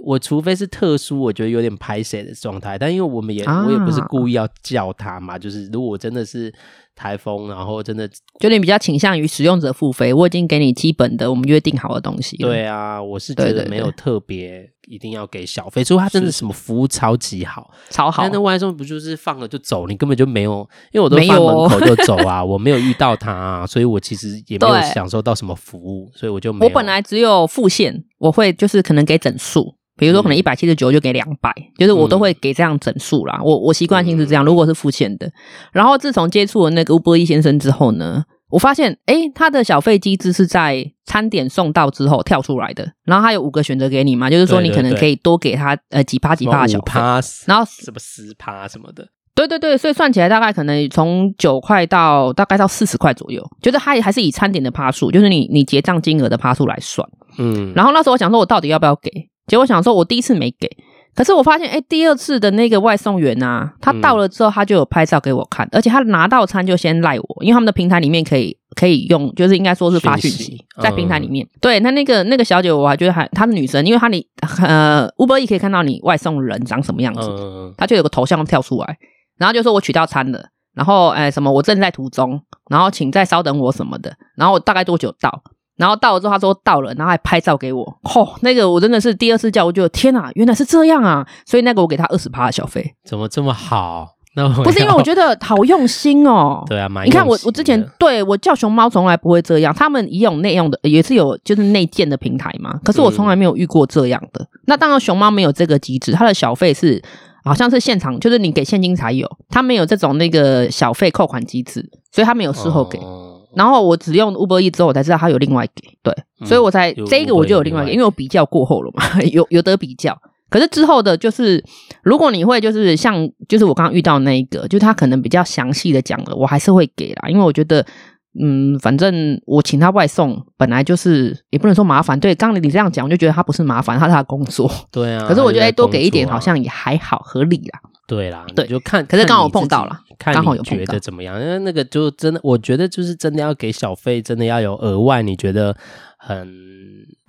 [SPEAKER 1] 我除非是特殊，我觉得有点拍谁的状态，但因为我们也、
[SPEAKER 2] 啊
[SPEAKER 1] 我也不是故意要叫他嘛，就是如果真的是台风，然后真的
[SPEAKER 2] 就你比较倾向于使用者付费。我已经给你基本的我们约定好的东西。，
[SPEAKER 1] 对啊，我是
[SPEAKER 2] 对
[SPEAKER 1] 觉得
[SPEAKER 2] 对
[SPEAKER 1] 没
[SPEAKER 2] 对
[SPEAKER 1] 有特别一定要给小费，除非他真的什么服务超级好，
[SPEAKER 2] 超好
[SPEAKER 1] 但。那外送不就是放了就走，你根本就没有，因为我都
[SPEAKER 2] 没
[SPEAKER 1] 放
[SPEAKER 2] 有
[SPEAKER 1] 门
[SPEAKER 2] 哦
[SPEAKER 1] 口 就走啊，我没有遇到他、啊，所以我其实也没有
[SPEAKER 2] 对
[SPEAKER 1] 享受到什么服务，所以我就没有
[SPEAKER 2] 我本来只有付现，我会就是可能给整数，比如说可能
[SPEAKER 1] 嗯
[SPEAKER 2] 一百七十九就给两百，就是我都
[SPEAKER 1] 嗯
[SPEAKER 2] 会给这样整数啦。我我习惯性是这样，如果是付现的。然后自从接触了那个乌波伊先生之后呢，我发现诶，他的小费机制是在餐点送到之后跳出来的，然后他有五个选择给你嘛，就是说
[SPEAKER 1] 对
[SPEAKER 2] 你
[SPEAKER 1] 对
[SPEAKER 2] 可能
[SPEAKER 1] 对
[SPEAKER 2] 可以多给他呃几趴几趴的
[SPEAKER 1] 什
[SPEAKER 2] 小
[SPEAKER 1] 么五
[SPEAKER 2] 费。
[SPEAKER 1] 趴，
[SPEAKER 2] 然后
[SPEAKER 1] 什么十趴什么的，
[SPEAKER 2] 对对对，所以算起来大概可能从九块到大概到四十块左右，就是它也还是以餐点的趴数，就是你你结账金额的趴数来算。
[SPEAKER 1] 嗯，
[SPEAKER 2] 然后那时候我想说，我到底要不要给？结果想说，我第一次没给，可是我发现，哎，第二次的那个外送员啊，他到了之后，他就有拍照给我
[SPEAKER 1] 嗯
[SPEAKER 2] 看，而且他拿到餐就先赖我，因为他们的平台里面可以可以用，就是应该说是发讯
[SPEAKER 1] 讯息嗯
[SPEAKER 2] 息在平台里面。对，那那个那个小姐，我还觉得还她是女生，因为她你呃，Uber E 可以看到你外送人长什么样子，
[SPEAKER 1] 嗯，
[SPEAKER 2] 他就有个头像跳出来，然后就说我取到餐了，然后哎什么我正在途中，然后请再稍等我什么的，然后我大概多久到？然后到了之后，他说到了，然后还拍照给我。哦，那个我真的是第二次叫，我就天啊，原来是这样啊！所以那个我给他二十趴的小费，
[SPEAKER 1] 怎么这么好？那我。
[SPEAKER 2] 不是因为我觉得好用心哦
[SPEAKER 1] 对啊，蛮
[SPEAKER 2] 你看我
[SPEAKER 1] 用心
[SPEAKER 2] 我之前
[SPEAKER 1] 的
[SPEAKER 2] 对我叫熊猫从来不会这样，他们也有内用的，也是有就是内建的平台嘛。可是我从
[SPEAKER 1] 嗯
[SPEAKER 2] 来没有遇过这样的。那当然熊猫没有这个机制，它的小费是好像是现场，就是你给现金才有，它没有这种那个小费扣款机制，所以它没有事后给。
[SPEAKER 1] 哦
[SPEAKER 2] 然后我只用 Uber E 之后，我才知道它有另外给，对，
[SPEAKER 1] 嗯
[SPEAKER 2] 所以我才
[SPEAKER 1] 有
[SPEAKER 2] 这个我就
[SPEAKER 1] Uber
[SPEAKER 2] 有另外
[SPEAKER 1] 另外
[SPEAKER 2] 给，
[SPEAKER 1] 给
[SPEAKER 2] 因为我比较过后了嘛， 有有得比较。可是之后的，就是如果你会就是像就是我刚刚遇到那一个，就是他可能比较详细的讲了，我还是会给啦，因为我觉得。嗯，反正我请他外送，本来就是也不能说麻烦。对，刚刚你这样讲，我就觉得他不是麻烦，他是他的工作。
[SPEAKER 1] 对 啊，
[SPEAKER 2] 可是我觉
[SPEAKER 1] 他就
[SPEAKER 2] 得、
[SPEAKER 1] 在
[SPEAKER 2] 哎多给一点
[SPEAKER 1] 工作啊
[SPEAKER 2] 好像也还好，合理啦。
[SPEAKER 1] 对啦，
[SPEAKER 2] 对
[SPEAKER 1] 你就看，
[SPEAKER 2] 可是
[SPEAKER 1] 看
[SPEAKER 2] 刚好
[SPEAKER 1] 你
[SPEAKER 2] 碰
[SPEAKER 1] 自己
[SPEAKER 2] 到啦，
[SPEAKER 1] 看
[SPEAKER 2] 刚好
[SPEAKER 1] 你
[SPEAKER 2] 有碰
[SPEAKER 1] 觉
[SPEAKER 2] 到
[SPEAKER 1] 得怎么样？因为那个就真的，我觉得就是真的要给小费，真的要有额外你觉得很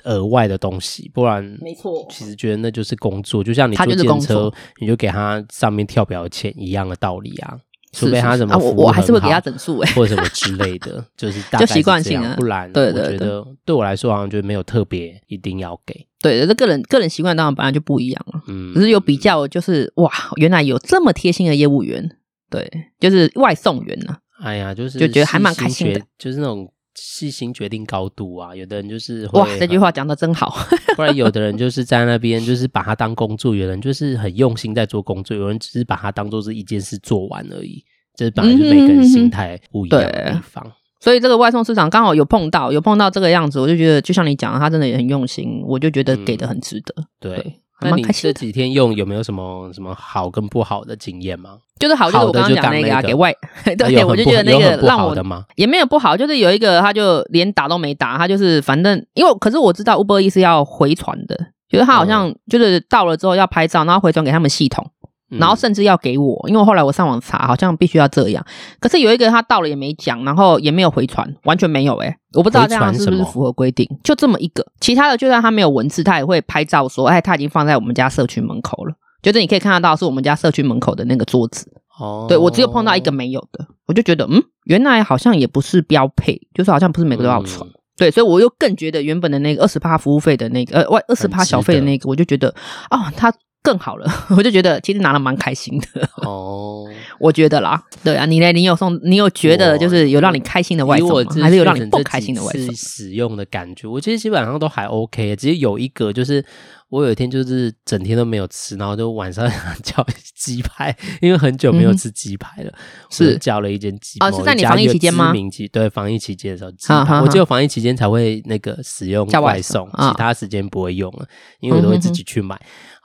[SPEAKER 1] 额外的东西，不然
[SPEAKER 2] 错
[SPEAKER 1] 其实觉得那就是工作，就像你
[SPEAKER 2] 它
[SPEAKER 1] 坐
[SPEAKER 2] 就是
[SPEAKER 1] 电
[SPEAKER 2] 工
[SPEAKER 1] 车
[SPEAKER 2] 作，
[SPEAKER 1] 你就给他上面跳表的钱一样的道理啊，除非他什么
[SPEAKER 2] 啊、
[SPEAKER 1] 服
[SPEAKER 2] 我
[SPEAKER 1] 务
[SPEAKER 2] 我还是会
[SPEAKER 1] 很
[SPEAKER 2] 给他
[SPEAKER 1] 好
[SPEAKER 2] 整数哎、
[SPEAKER 1] 或者什么之类的， 就是大概是
[SPEAKER 2] 习惯
[SPEAKER 1] 这样
[SPEAKER 2] 性啊
[SPEAKER 1] 不然
[SPEAKER 2] 对
[SPEAKER 1] 我觉
[SPEAKER 2] 对
[SPEAKER 1] 得对我来说好像就没有特别一定要给，
[SPEAKER 2] 对，这个人个人习惯当然本来就不一样了。
[SPEAKER 1] 嗯，
[SPEAKER 2] 哦只是有比较，就是哇，原来有这么贴心的业务员，对，就是外送员呐、
[SPEAKER 1] 哎呀，就是
[SPEAKER 2] 就觉得还蛮
[SPEAKER 1] 细
[SPEAKER 2] 开心的
[SPEAKER 1] 决，就是那种细心决定高度啊。有的人就是会
[SPEAKER 2] 哇，这句，话讲的真好，
[SPEAKER 1] 不然有的人就是在那边就是把它当工作，有人就是很用心在做工作，有人只是把它当做是一件事做完而已。这本来就是每个
[SPEAKER 2] 嗯哼嗯
[SPEAKER 1] 人
[SPEAKER 2] 哼
[SPEAKER 1] 心态不一样的
[SPEAKER 2] 对
[SPEAKER 1] 地方。
[SPEAKER 2] 所以这个外送市场刚好有碰到，有碰到这个样子，我就觉得就像你讲的，他真的也很用心，我就觉得给的很值得，
[SPEAKER 1] 嗯对，
[SPEAKER 2] 还
[SPEAKER 1] 那
[SPEAKER 2] 蛮
[SPEAKER 1] 你
[SPEAKER 2] 开
[SPEAKER 1] 这
[SPEAKER 2] 心的。
[SPEAKER 1] 几天用有没有什么什么好跟不好的经验吗？
[SPEAKER 2] 就是好，就是我刚刚讲
[SPEAKER 1] 好的
[SPEAKER 2] 那个
[SPEAKER 1] 就刚那
[SPEAKER 2] 啊，
[SPEAKER 1] 个
[SPEAKER 2] 给外，
[SPEAKER 1] 那
[SPEAKER 2] 对，
[SPEAKER 1] 有
[SPEAKER 2] 我
[SPEAKER 1] 很
[SPEAKER 2] 就
[SPEAKER 1] 不
[SPEAKER 2] 觉得那
[SPEAKER 1] 有
[SPEAKER 2] 个
[SPEAKER 1] 很不
[SPEAKER 2] 让
[SPEAKER 1] 好
[SPEAKER 2] 我
[SPEAKER 1] 的吗？
[SPEAKER 2] 也没有不好，就是有一个他就连打都没打，他就是反正因为可是我知道
[SPEAKER 1] 嗯
[SPEAKER 2] Uber E 是要回传的，就是他好像就是到了之后要拍照，然后回传给他们系统，
[SPEAKER 1] 嗯
[SPEAKER 2] 然后甚至要给我，因为后来我上网查，好像必须要这样。可是有一个他到了也没讲，然后也没有回传，完全没有诶、我不知道这
[SPEAKER 1] 回
[SPEAKER 2] 样
[SPEAKER 1] 传
[SPEAKER 2] 是不
[SPEAKER 1] 什
[SPEAKER 2] 是
[SPEAKER 1] 么
[SPEAKER 2] 符合规定，就这么一个。其他的就算他没有文字，他也会拍照说，哎，他已经放在我们家社区门口了。就是你可以看得到，是我们家社区门口的那个桌子。
[SPEAKER 1] 哦，
[SPEAKER 2] 对我只有碰到一个没有的，我就觉得嗯，原来好像也不是标配，就是好像不是每个都要传。
[SPEAKER 1] 嗯
[SPEAKER 2] 对，所以我又更觉得原本的那个二十趴服务费的那个呃，外二十趴小费的那个，我就觉得哦，它更好了， 我就觉得其实拿了蛮开心的，
[SPEAKER 1] 哦，
[SPEAKER 2] 我觉得啦。对啊，你嘞，你有送，你有觉得
[SPEAKER 1] 我
[SPEAKER 2] 就是有让你开心的外
[SPEAKER 1] 以
[SPEAKER 2] 送
[SPEAKER 1] 我
[SPEAKER 2] 吗
[SPEAKER 1] 自
[SPEAKER 2] 还是有
[SPEAKER 1] 确
[SPEAKER 2] 让你
[SPEAKER 1] 诊
[SPEAKER 2] 不
[SPEAKER 1] 这
[SPEAKER 2] 开
[SPEAKER 1] 几
[SPEAKER 2] 心的外送
[SPEAKER 1] 次？使用的感觉，我其实基本上都还 OK，只是有一个就是我有一天就是整天都没有吃，然后就晚上 叫鸡排，因为很久没有
[SPEAKER 2] 嗯哼
[SPEAKER 1] 吃鸡排了，我
[SPEAKER 2] 是
[SPEAKER 1] 就叫了一间鸡
[SPEAKER 2] 哦
[SPEAKER 1] 某
[SPEAKER 2] 是
[SPEAKER 1] 一
[SPEAKER 2] 在你
[SPEAKER 1] 家
[SPEAKER 2] 防疫
[SPEAKER 1] 一个
[SPEAKER 2] 期间
[SPEAKER 1] 知
[SPEAKER 2] 吗
[SPEAKER 1] 名鸡对，防疫期间的时候，鸡
[SPEAKER 2] 哈
[SPEAKER 1] 排
[SPEAKER 2] 哈
[SPEAKER 1] 我
[SPEAKER 2] 哈
[SPEAKER 1] 只有防疫期间才会那个使用
[SPEAKER 2] 叫外
[SPEAKER 1] 外
[SPEAKER 2] 送
[SPEAKER 1] 送，
[SPEAKER 2] 啊
[SPEAKER 1] 其他时间不会用了，因为我都
[SPEAKER 2] 嗯
[SPEAKER 1] 会
[SPEAKER 2] 哼
[SPEAKER 1] 自
[SPEAKER 2] 哼
[SPEAKER 1] 己去买。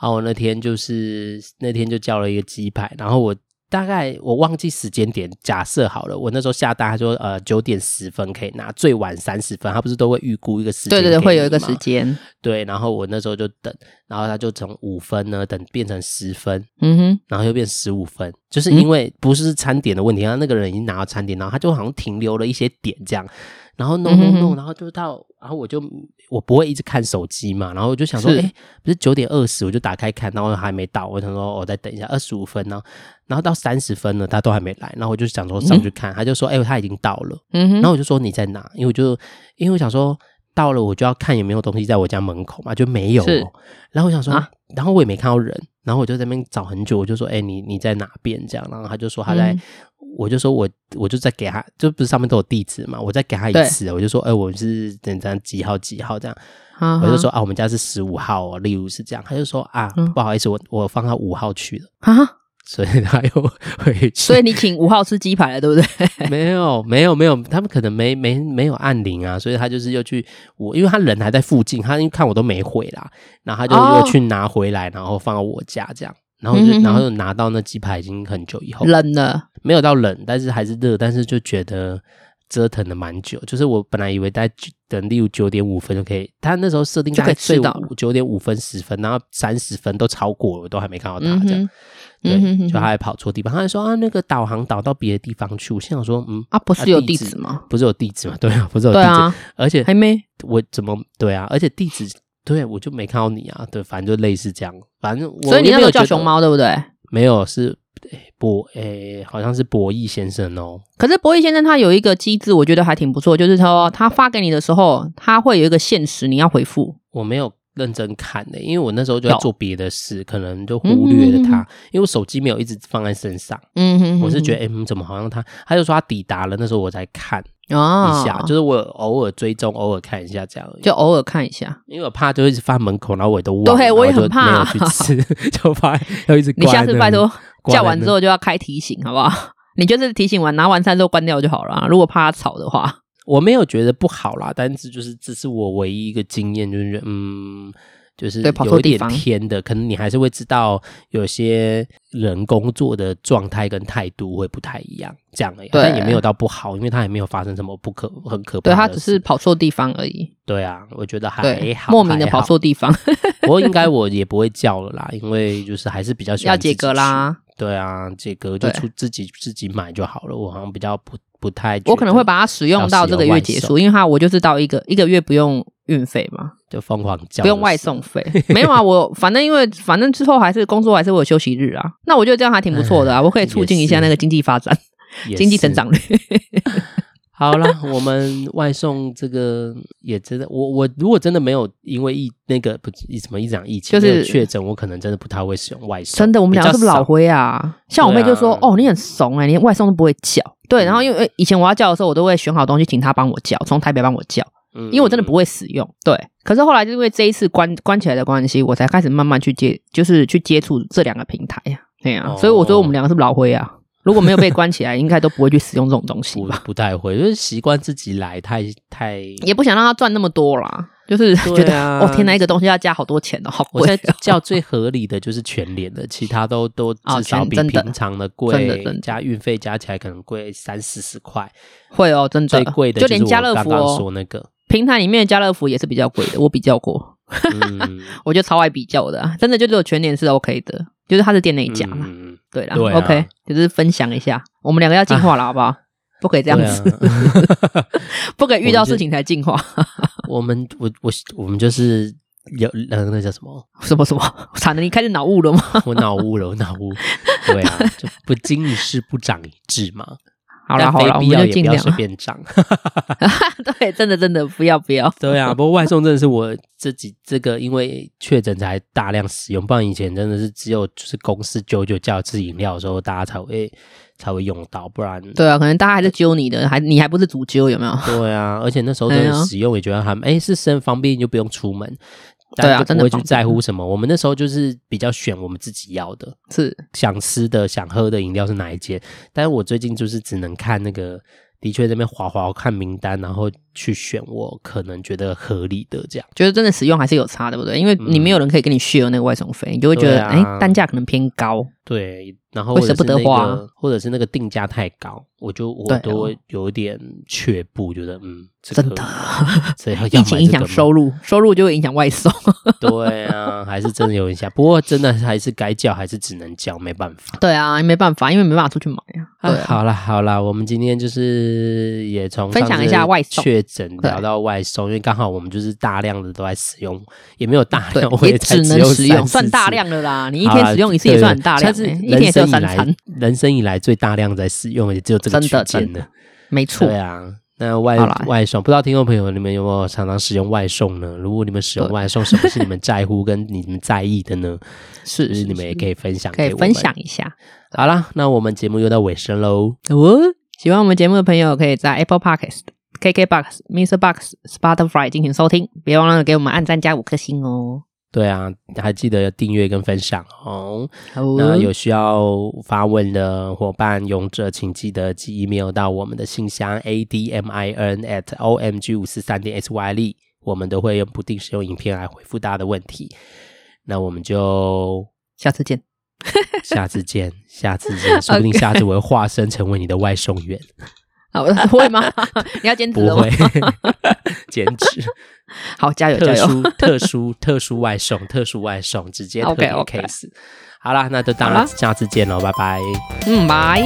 [SPEAKER 1] 然后我那天就是那天就叫了一个鸡排，然后我大概我忘记时间点，假设好了，我那时候下单，他说呃九点十分可以拿，最晚三十分，他不是都会预估一个时间
[SPEAKER 2] 对对对，
[SPEAKER 1] 给
[SPEAKER 2] 会
[SPEAKER 1] 你
[SPEAKER 2] 有一个
[SPEAKER 1] 吗
[SPEAKER 2] 时间，
[SPEAKER 1] 对，然后我那时候就等，然后他就从五分呢等变成十分，
[SPEAKER 2] 嗯哼，
[SPEAKER 1] 然后又变十五分，就是
[SPEAKER 2] 嗯
[SPEAKER 1] 因为不是餐点的问题，然后那个人已经拿到餐点，然后他就好像停留了一些点这样，然后弄
[SPEAKER 2] 嗯
[SPEAKER 1] 弄
[SPEAKER 2] 哼
[SPEAKER 1] 弄，然后就到，然后我就我不会一直看手机嘛，然后我就想说，
[SPEAKER 2] 是
[SPEAKER 1] 哎，不是九点二十，我就打开看，然后还没到，我想说哦我再等一下二十五分呢，然后到三十分了，他都还没来，然后我就想说上去看，他就说，哎，他已经到了，
[SPEAKER 2] 嗯哼，
[SPEAKER 1] 然后我就说你在哪？因为我就因为我想说到了我就要看有没有东西在我家门口嘛，就没有哦、
[SPEAKER 2] 是
[SPEAKER 1] 然后我想说，
[SPEAKER 2] 啊
[SPEAKER 1] 然后我也没看到人，然后我就在那边找很久，我就说，哎、你你在哪边？这样，然后他就说他在，
[SPEAKER 2] 嗯
[SPEAKER 1] 我就说我我就再给他，就不是上面都有地址嘛，我再给他一
[SPEAKER 2] 对
[SPEAKER 1] 次，我就说，哎、我是等等几号几号这样，
[SPEAKER 2] 啊
[SPEAKER 1] 我就说啊，我们家是十五号哦，例如是这样，他就说啊，
[SPEAKER 2] 嗯
[SPEAKER 1] 不好意思，我我放到五号去了，
[SPEAKER 2] 哈啊，
[SPEAKER 1] 所以他又回去，
[SPEAKER 2] 所以你请五号吃鸡排了，对 不对？
[SPEAKER 1] 没有，没有，没有，他们可能没没没有按铃啊，所以他就是又去我，因为他人还在附近，他因为看我都没回啦，然后他就
[SPEAKER 2] 哦
[SPEAKER 1] 又去拿回来，然后放到我家这样，然后就、
[SPEAKER 2] 嗯哼哼
[SPEAKER 1] 然后就拿到那鸡排已经很久以后，
[SPEAKER 2] 冷了，
[SPEAKER 1] 没有到冷，但是还是热，但是就觉得折腾了蛮久，就是我本来以为在等例如九点五分就可以，他那时候设定
[SPEAKER 2] 就
[SPEAKER 1] 大
[SPEAKER 2] 可以
[SPEAKER 1] 概
[SPEAKER 2] 吃
[SPEAKER 1] 最
[SPEAKER 2] 到了
[SPEAKER 1] 九点五分十分，然后三十分都超过了，我都还没看到他
[SPEAKER 2] 嗯
[SPEAKER 1] 这样。
[SPEAKER 2] 哼，
[SPEAKER 1] 对，
[SPEAKER 2] 嗯哼哼
[SPEAKER 1] 就他
[SPEAKER 2] 哼
[SPEAKER 1] 还跑错地方，他还说啊，那个导航导到别的地方去。我心想说，嗯，
[SPEAKER 2] 啊，不
[SPEAKER 1] 啊
[SPEAKER 2] 是有
[SPEAKER 1] 地
[SPEAKER 2] 地
[SPEAKER 1] 址
[SPEAKER 2] 址吗？
[SPEAKER 1] 不是有地址嘛？对啊， 不是有地
[SPEAKER 2] 对
[SPEAKER 1] 址，
[SPEAKER 2] 啊，
[SPEAKER 1] 而且
[SPEAKER 2] 还没。
[SPEAKER 1] 我怎么对啊？而且地址对我就没看到你啊，对，反正就类似这样，反正我
[SPEAKER 2] 所以你
[SPEAKER 1] 也
[SPEAKER 2] 那
[SPEAKER 1] 没
[SPEAKER 2] 时
[SPEAKER 1] 有
[SPEAKER 2] 候叫
[SPEAKER 1] 觉得
[SPEAKER 2] 熊，猫对不对？
[SPEAKER 1] 没有是诶博诶、好像是博弈先生哦，
[SPEAKER 2] 可是博弈先生他有一个机制，我觉得还挺不错，就是说他发给你的时候，他会有一个限时，你要回复。
[SPEAKER 1] 我没有。认真看的、因为我那时候就在
[SPEAKER 2] 有
[SPEAKER 1] 做别的事，可能就忽略了他，
[SPEAKER 2] 嗯
[SPEAKER 1] 因为我手机没有一直放在身上。
[SPEAKER 2] 嗯哼
[SPEAKER 1] 我是觉
[SPEAKER 2] 得
[SPEAKER 1] 得，哎、嗯怎么好像他，他就说他抵达了，那时候我才看
[SPEAKER 2] 啊，
[SPEAKER 1] 一下，就是我偶尔追踪，偶尔看一下这样而已。
[SPEAKER 2] 就偶尔看一下。
[SPEAKER 1] 因为我怕就一直放门口，然后我也都忘了，
[SPEAKER 2] 对
[SPEAKER 1] 然后
[SPEAKER 2] 我也
[SPEAKER 1] 就
[SPEAKER 2] 很怕
[SPEAKER 1] 没有去吃， 就怕要一直。
[SPEAKER 2] 你下次拜托，
[SPEAKER 1] 挂在那
[SPEAKER 2] 叫完之后就要开提醒，好不好？ 你就是提醒完拿完餐之后关掉就好了啊、如果怕他吵的话，
[SPEAKER 1] 我没有觉得不好啦，但是就是这是我唯一一个经验，就是觉得嗯，就是
[SPEAKER 2] 对跑错
[SPEAKER 1] 有一
[SPEAKER 2] 地
[SPEAKER 1] 点
[SPEAKER 2] 方
[SPEAKER 1] 偏的，可能你还是会知道有些人工作的状态跟态度会不太一样，这样而已，啊
[SPEAKER 2] 对
[SPEAKER 1] 但也没有到不好，因为他也没有发生什么不可很可怕
[SPEAKER 2] 对
[SPEAKER 1] 的事。
[SPEAKER 2] 他只是跑错地方而已，
[SPEAKER 1] 对啊，我觉得还
[SPEAKER 2] 对
[SPEAKER 1] 好，，
[SPEAKER 2] 莫名的
[SPEAKER 1] 还
[SPEAKER 2] 跑
[SPEAKER 1] 好
[SPEAKER 2] 错地 方，
[SPEAKER 1] 不过应该我也不会叫了啦，因为就是还是比较喜欢
[SPEAKER 2] 要解
[SPEAKER 1] 自己
[SPEAKER 2] 隔
[SPEAKER 1] 去
[SPEAKER 2] 啦。
[SPEAKER 1] 对啊，这个就
[SPEAKER 2] 对
[SPEAKER 1] 出自己自己买就好了。我好像比较不不太觉得，
[SPEAKER 2] 我可能会把它使用到这个月结
[SPEAKER 1] 要使用
[SPEAKER 2] 束，因为它我就是到一个一个月不用运费嘛，
[SPEAKER 1] 就疯狂叫，
[SPEAKER 2] 不用外送，费，没有啊，我反正因为反正之后还是工作还是我有休息日啊，那我觉得这样还挺不错的啊，我可以促进一下那个经济发展、
[SPEAKER 1] 哎也
[SPEAKER 2] 经济
[SPEAKER 1] 是
[SPEAKER 2] 成。长率。
[SPEAKER 1] 好啦，我们外送这个也真的，我我如果真的没有因为疫那个不什么一讲疫情，
[SPEAKER 2] 就是
[SPEAKER 1] 没有确诊，我可能真的不太会使用外送。
[SPEAKER 2] 真的，我们
[SPEAKER 1] 比
[SPEAKER 2] 两
[SPEAKER 1] 较
[SPEAKER 2] 个是不是老
[SPEAKER 1] 少
[SPEAKER 2] 灰啊？像我妹就说：“
[SPEAKER 1] 对啊嗯
[SPEAKER 2] 哦，你很怂哎、欸，你连外送都不会叫。”对，然后因为以前我要叫的时候，我都会选好东西，请她帮我叫，从台北帮我叫，
[SPEAKER 1] 嗯
[SPEAKER 2] 因为我真的不会使用。对，可是后来就因为这一次关关起来的关系，我才开始慢慢去接，就是去接触这两个平台呀、对呀、
[SPEAKER 1] 哦
[SPEAKER 2] 所以我说我们两个是不是老灰啊？如果没有被关起来，应该都不会去使用这种东西
[SPEAKER 1] 不
[SPEAKER 2] 吧？
[SPEAKER 1] 嗯不太会，就是习惯自己来，太太。
[SPEAKER 2] 也不想让他赚那么多啦，就是
[SPEAKER 1] 对
[SPEAKER 2] 觉得、
[SPEAKER 1] 啊
[SPEAKER 2] 哦天哪，一个东西要加好多钱哦，好
[SPEAKER 1] 我
[SPEAKER 2] 贵
[SPEAKER 1] 在
[SPEAKER 2] 哦。
[SPEAKER 1] 叫最合理的就是全脸的，其他都都
[SPEAKER 2] 哦
[SPEAKER 1] 至少
[SPEAKER 2] 全
[SPEAKER 1] 比
[SPEAKER 2] 真的
[SPEAKER 1] 平常的
[SPEAKER 2] 真的
[SPEAKER 1] 贵
[SPEAKER 2] 真的，
[SPEAKER 1] 加运费加起来可能贵三四十 块。
[SPEAKER 2] 会哦，真的
[SPEAKER 1] 最贵的就
[SPEAKER 2] 就
[SPEAKER 1] 是
[SPEAKER 2] 连
[SPEAKER 1] 我
[SPEAKER 2] 家乐
[SPEAKER 1] 刚
[SPEAKER 2] 福
[SPEAKER 1] 刚
[SPEAKER 2] 哦
[SPEAKER 1] 说，那个，
[SPEAKER 2] 平台里面的家乐福也是比较贵的，我比较过，
[SPEAKER 1] 嗯，
[SPEAKER 2] 我就超爱比较的、啊，真的就只有全年是 OK 的。就是他是店内夹嘛，
[SPEAKER 1] 嗯
[SPEAKER 2] 对啦
[SPEAKER 1] 对啊
[SPEAKER 2] o k 就是分享一下，我们两个要进化了，好不好？不可以这样子，
[SPEAKER 1] 对啊
[SPEAKER 2] 不可以遇到事情才进化，
[SPEAKER 1] 我们我我我们就是有呃那叫什么？
[SPEAKER 2] 什么什么，惨了，你开始脑雾了吗？
[SPEAKER 1] 我脑雾了，我脑 雾。对啊，就不经一事不长一智嘛。
[SPEAKER 2] 好啦
[SPEAKER 1] 但
[SPEAKER 2] 好
[SPEAKER 1] 非
[SPEAKER 2] 啦，我
[SPEAKER 1] 必
[SPEAKER 2] 们
[SPEAKER 1] 要
[SPEAKER 2] 就
[SPEAKER 1] 也
[SPEAKER 2] 尽
[SPEAKER 1] 不要
[SPEAKER 2] 量
[SPEAKER 1] 随，便长。
[SPEAKER 2] 对，真的真的不要不要，
[SPEAKER 1] 对啊，不过外送真的是我自己这个因为确诊才大量使用，不然以前真的是只有就是公司久久叫一次饮料的时候，大家才会才会用到，不然
[SPEAKER 2] 对啊，可能大家还在揪你的，还你还不是主揪有没有？
[SPEAKER 1] 对啊，而且那时候真
[SPEAKER 2] 哎
[SPEAKER 1] 的
[SPEAKER 2] 呦
[SPEAKER 1] 使用也觉得还哎、是生方便就不用出门，大
[SPEAKER 2] 对啊
[SPEAKER 1] 家就
[SPEAKER 2] 真
[SPEAKER 1] 不
[SPEAKER 2] 的
[SPEAKER 1] 会去
[SPEAKER 2] 方便
[SPEAKER 1] 在乎什么。我们那时候就是比较选我们自己要的，
[SPEAKER 2] 是
[SPEAKER 1] 想吃的、想喝的饮料是哪一间。但是我最近就是只能看那个，的确这边划划看名单，然后去选我可能觉得合理的这样。
[SPEAKER 2] 觉得真的使用还是有差，对不对？因为你没有人可以跟你 share 那个外送费，你就会觉
[SPEAKER 1] 嗯对
[SPEAKER 2] 得
[SPEAKER 1] 啊
[SPEAKER 2] 哎、单价可能偏高。
[SPEAKER 1] 对，然后
[SPEAKER 2] 会
[SPEAKER 1] 或者
[SPEAKER 2] 舍不
[SPEAKER 1] 是
[SPEAKER 2] 得
[SPEAKER 1] 那个
[SPEAKER 2] 花
[SPEAKER 1] 或者是那个定价太高，我就我
[SPEAKER 2] 对
[SPEAKER 1] 都
[SPEAKER 2] 哦
[SPEAKER 1] 会有一点却步，觉得嗯，这
[SPEAKER 2] 真
[SPEAKER 1] 个
[SPEAKER 2] 的，
[SPEAKER 1] 这要要
[SPEAKER 2] 疫
[SPEAKER 1] 买
[SPEAKER 2] 情影
[SPEAKER 1] 这
[SPEAKER 2] 响
[SPEAKER 1] 个吗
[SPEAKER 2] 收入，收入就会影响 外送。
[SPEAKER 1] 对啊，还是真的有影响。不过真的还是该叫，还是只能叫，没办法。
[SPEAKER 2] 对啊，没办法，因为没办法出去买啊。对
[SPEAKER 1] 啊
[SPEAKER 2] 啊，
[SPEAKER 1] 好啦好啦，我们今天就是也从
[SPEAKER 2] 分享
[SPEAKER 1] 上次
[SPEAKER 2] 一下外送
[SPEAKER 1] 确诊
[SPEAKER 2] 对
[SPEAKER 1] 聊到外送，因为刚好我们就是大量的都在使用，也没有大量，我
[SPEAKER 2] 对，也
[SPEAKER 1] 才
[SPEAKER 2] 只能使用，
[SPEAKER 1] 三
[SPEAKER 2] 算
[SPEAKER 1] 四
[SPEAKER 2] 大
[SPEAKER 1] 次
[SPEAKER 2] 量的啦。你
[SPEAKER 1] 好
[SPEAKER 2] 一
[SPEAKER 1] 啦。
[SPEAKER 2] 天使用一次也
[SPEAKER 1] 对
[SPEAKER 2] 算很大量、
[SPEAKER 1] 算是
[SPEAKER 2] 欸一天也
[SPEAKER 1] 人
[SPEAKER 2] 只
[SPEAKER 1] 生
[SPEAKER 2] 有
[SPEAKER 1] 以
[SPEAKER 2] 三
[SPEAKER 1] 来
[SPEAKER 2] 餐，
[SPEAKER 1] 人生以来最大量在使用，也只有这个
[SPEAKER 2] 真
[SPEAKER 1] 区
[SPEAKER 2] 的
[SPEAKER 1] 间
[SPEAKER 2] 真
[SPEAKER 1] 了。
[SPEAKER 2] 没错
[SPEAKER 1] 对。啊，那外
[SPEAKER 2] 好啦
[SPEAKER 1] 外送，不知道听众朋友你们有没有常常使用外送呢？如果你们使用
[SPEAKER 2] 对
[SPEAKER 1] 外送，什么是你们在乎跟你们在意的呢？
[SPEAKER 2] 是
[SPEAKER 1] 就是
[SPEAKER 2] 是
[SPEAKER 1] 你们也可以分享，
[SPEAKER 2] 可以分。享一下。
[SPEAKER 1] 好啦，那我们节目又到尾声喽。
[SPEAKER 2] 哦，喜欢我们节目的朋友，可以在 Apple Podcast、KKBox、Mr. Box、Spotify 进行收听，别忘了给我们按赞加五颗星哦。
[SPEAKER 1] 对啊，还记得要订阅跟分享哦。
[SPEAKER 2] 好哦
[SPEAKER 1] 那有需要发问的伙伴、勇者，请记得寄 email 到我们的信箱 admin at o m g 五四三点 s y l，我 E 们都会用不定时用影片来回复大家的问题。那我们就
[SPEAKER 2] 下次见。
[SPEAKER 1] 下次见，下次 见，说不定
[SPEAKER 2] OK
[SPEAKER 1] 下次我会化身成为你的外送 员，
[SPEAKER 2] 好，会吗？ 你要兼职
[SPEAKER 1] 不
[SPEAKER 2] 了吗
[SPEAKER 1] 会？ 减脂
[SPEAKER 2] 好，加油加
[SPEAKER 1] 特
[SPEAKER 2] 油！
[SPEAKER 1] 殊 特殊特殊外送，特殊外送，直接特别
[SPEAKER 2] OK，OK
[SPEAKER 1] case。好啦，那就当
[SPEAKER 2] 好
[SPEAKER 1] 然
[SPEAKER 2] 啦
[SPEAKER 1] 下次见喽，拜拜。
[SPEAKER 2] 嗯，拜。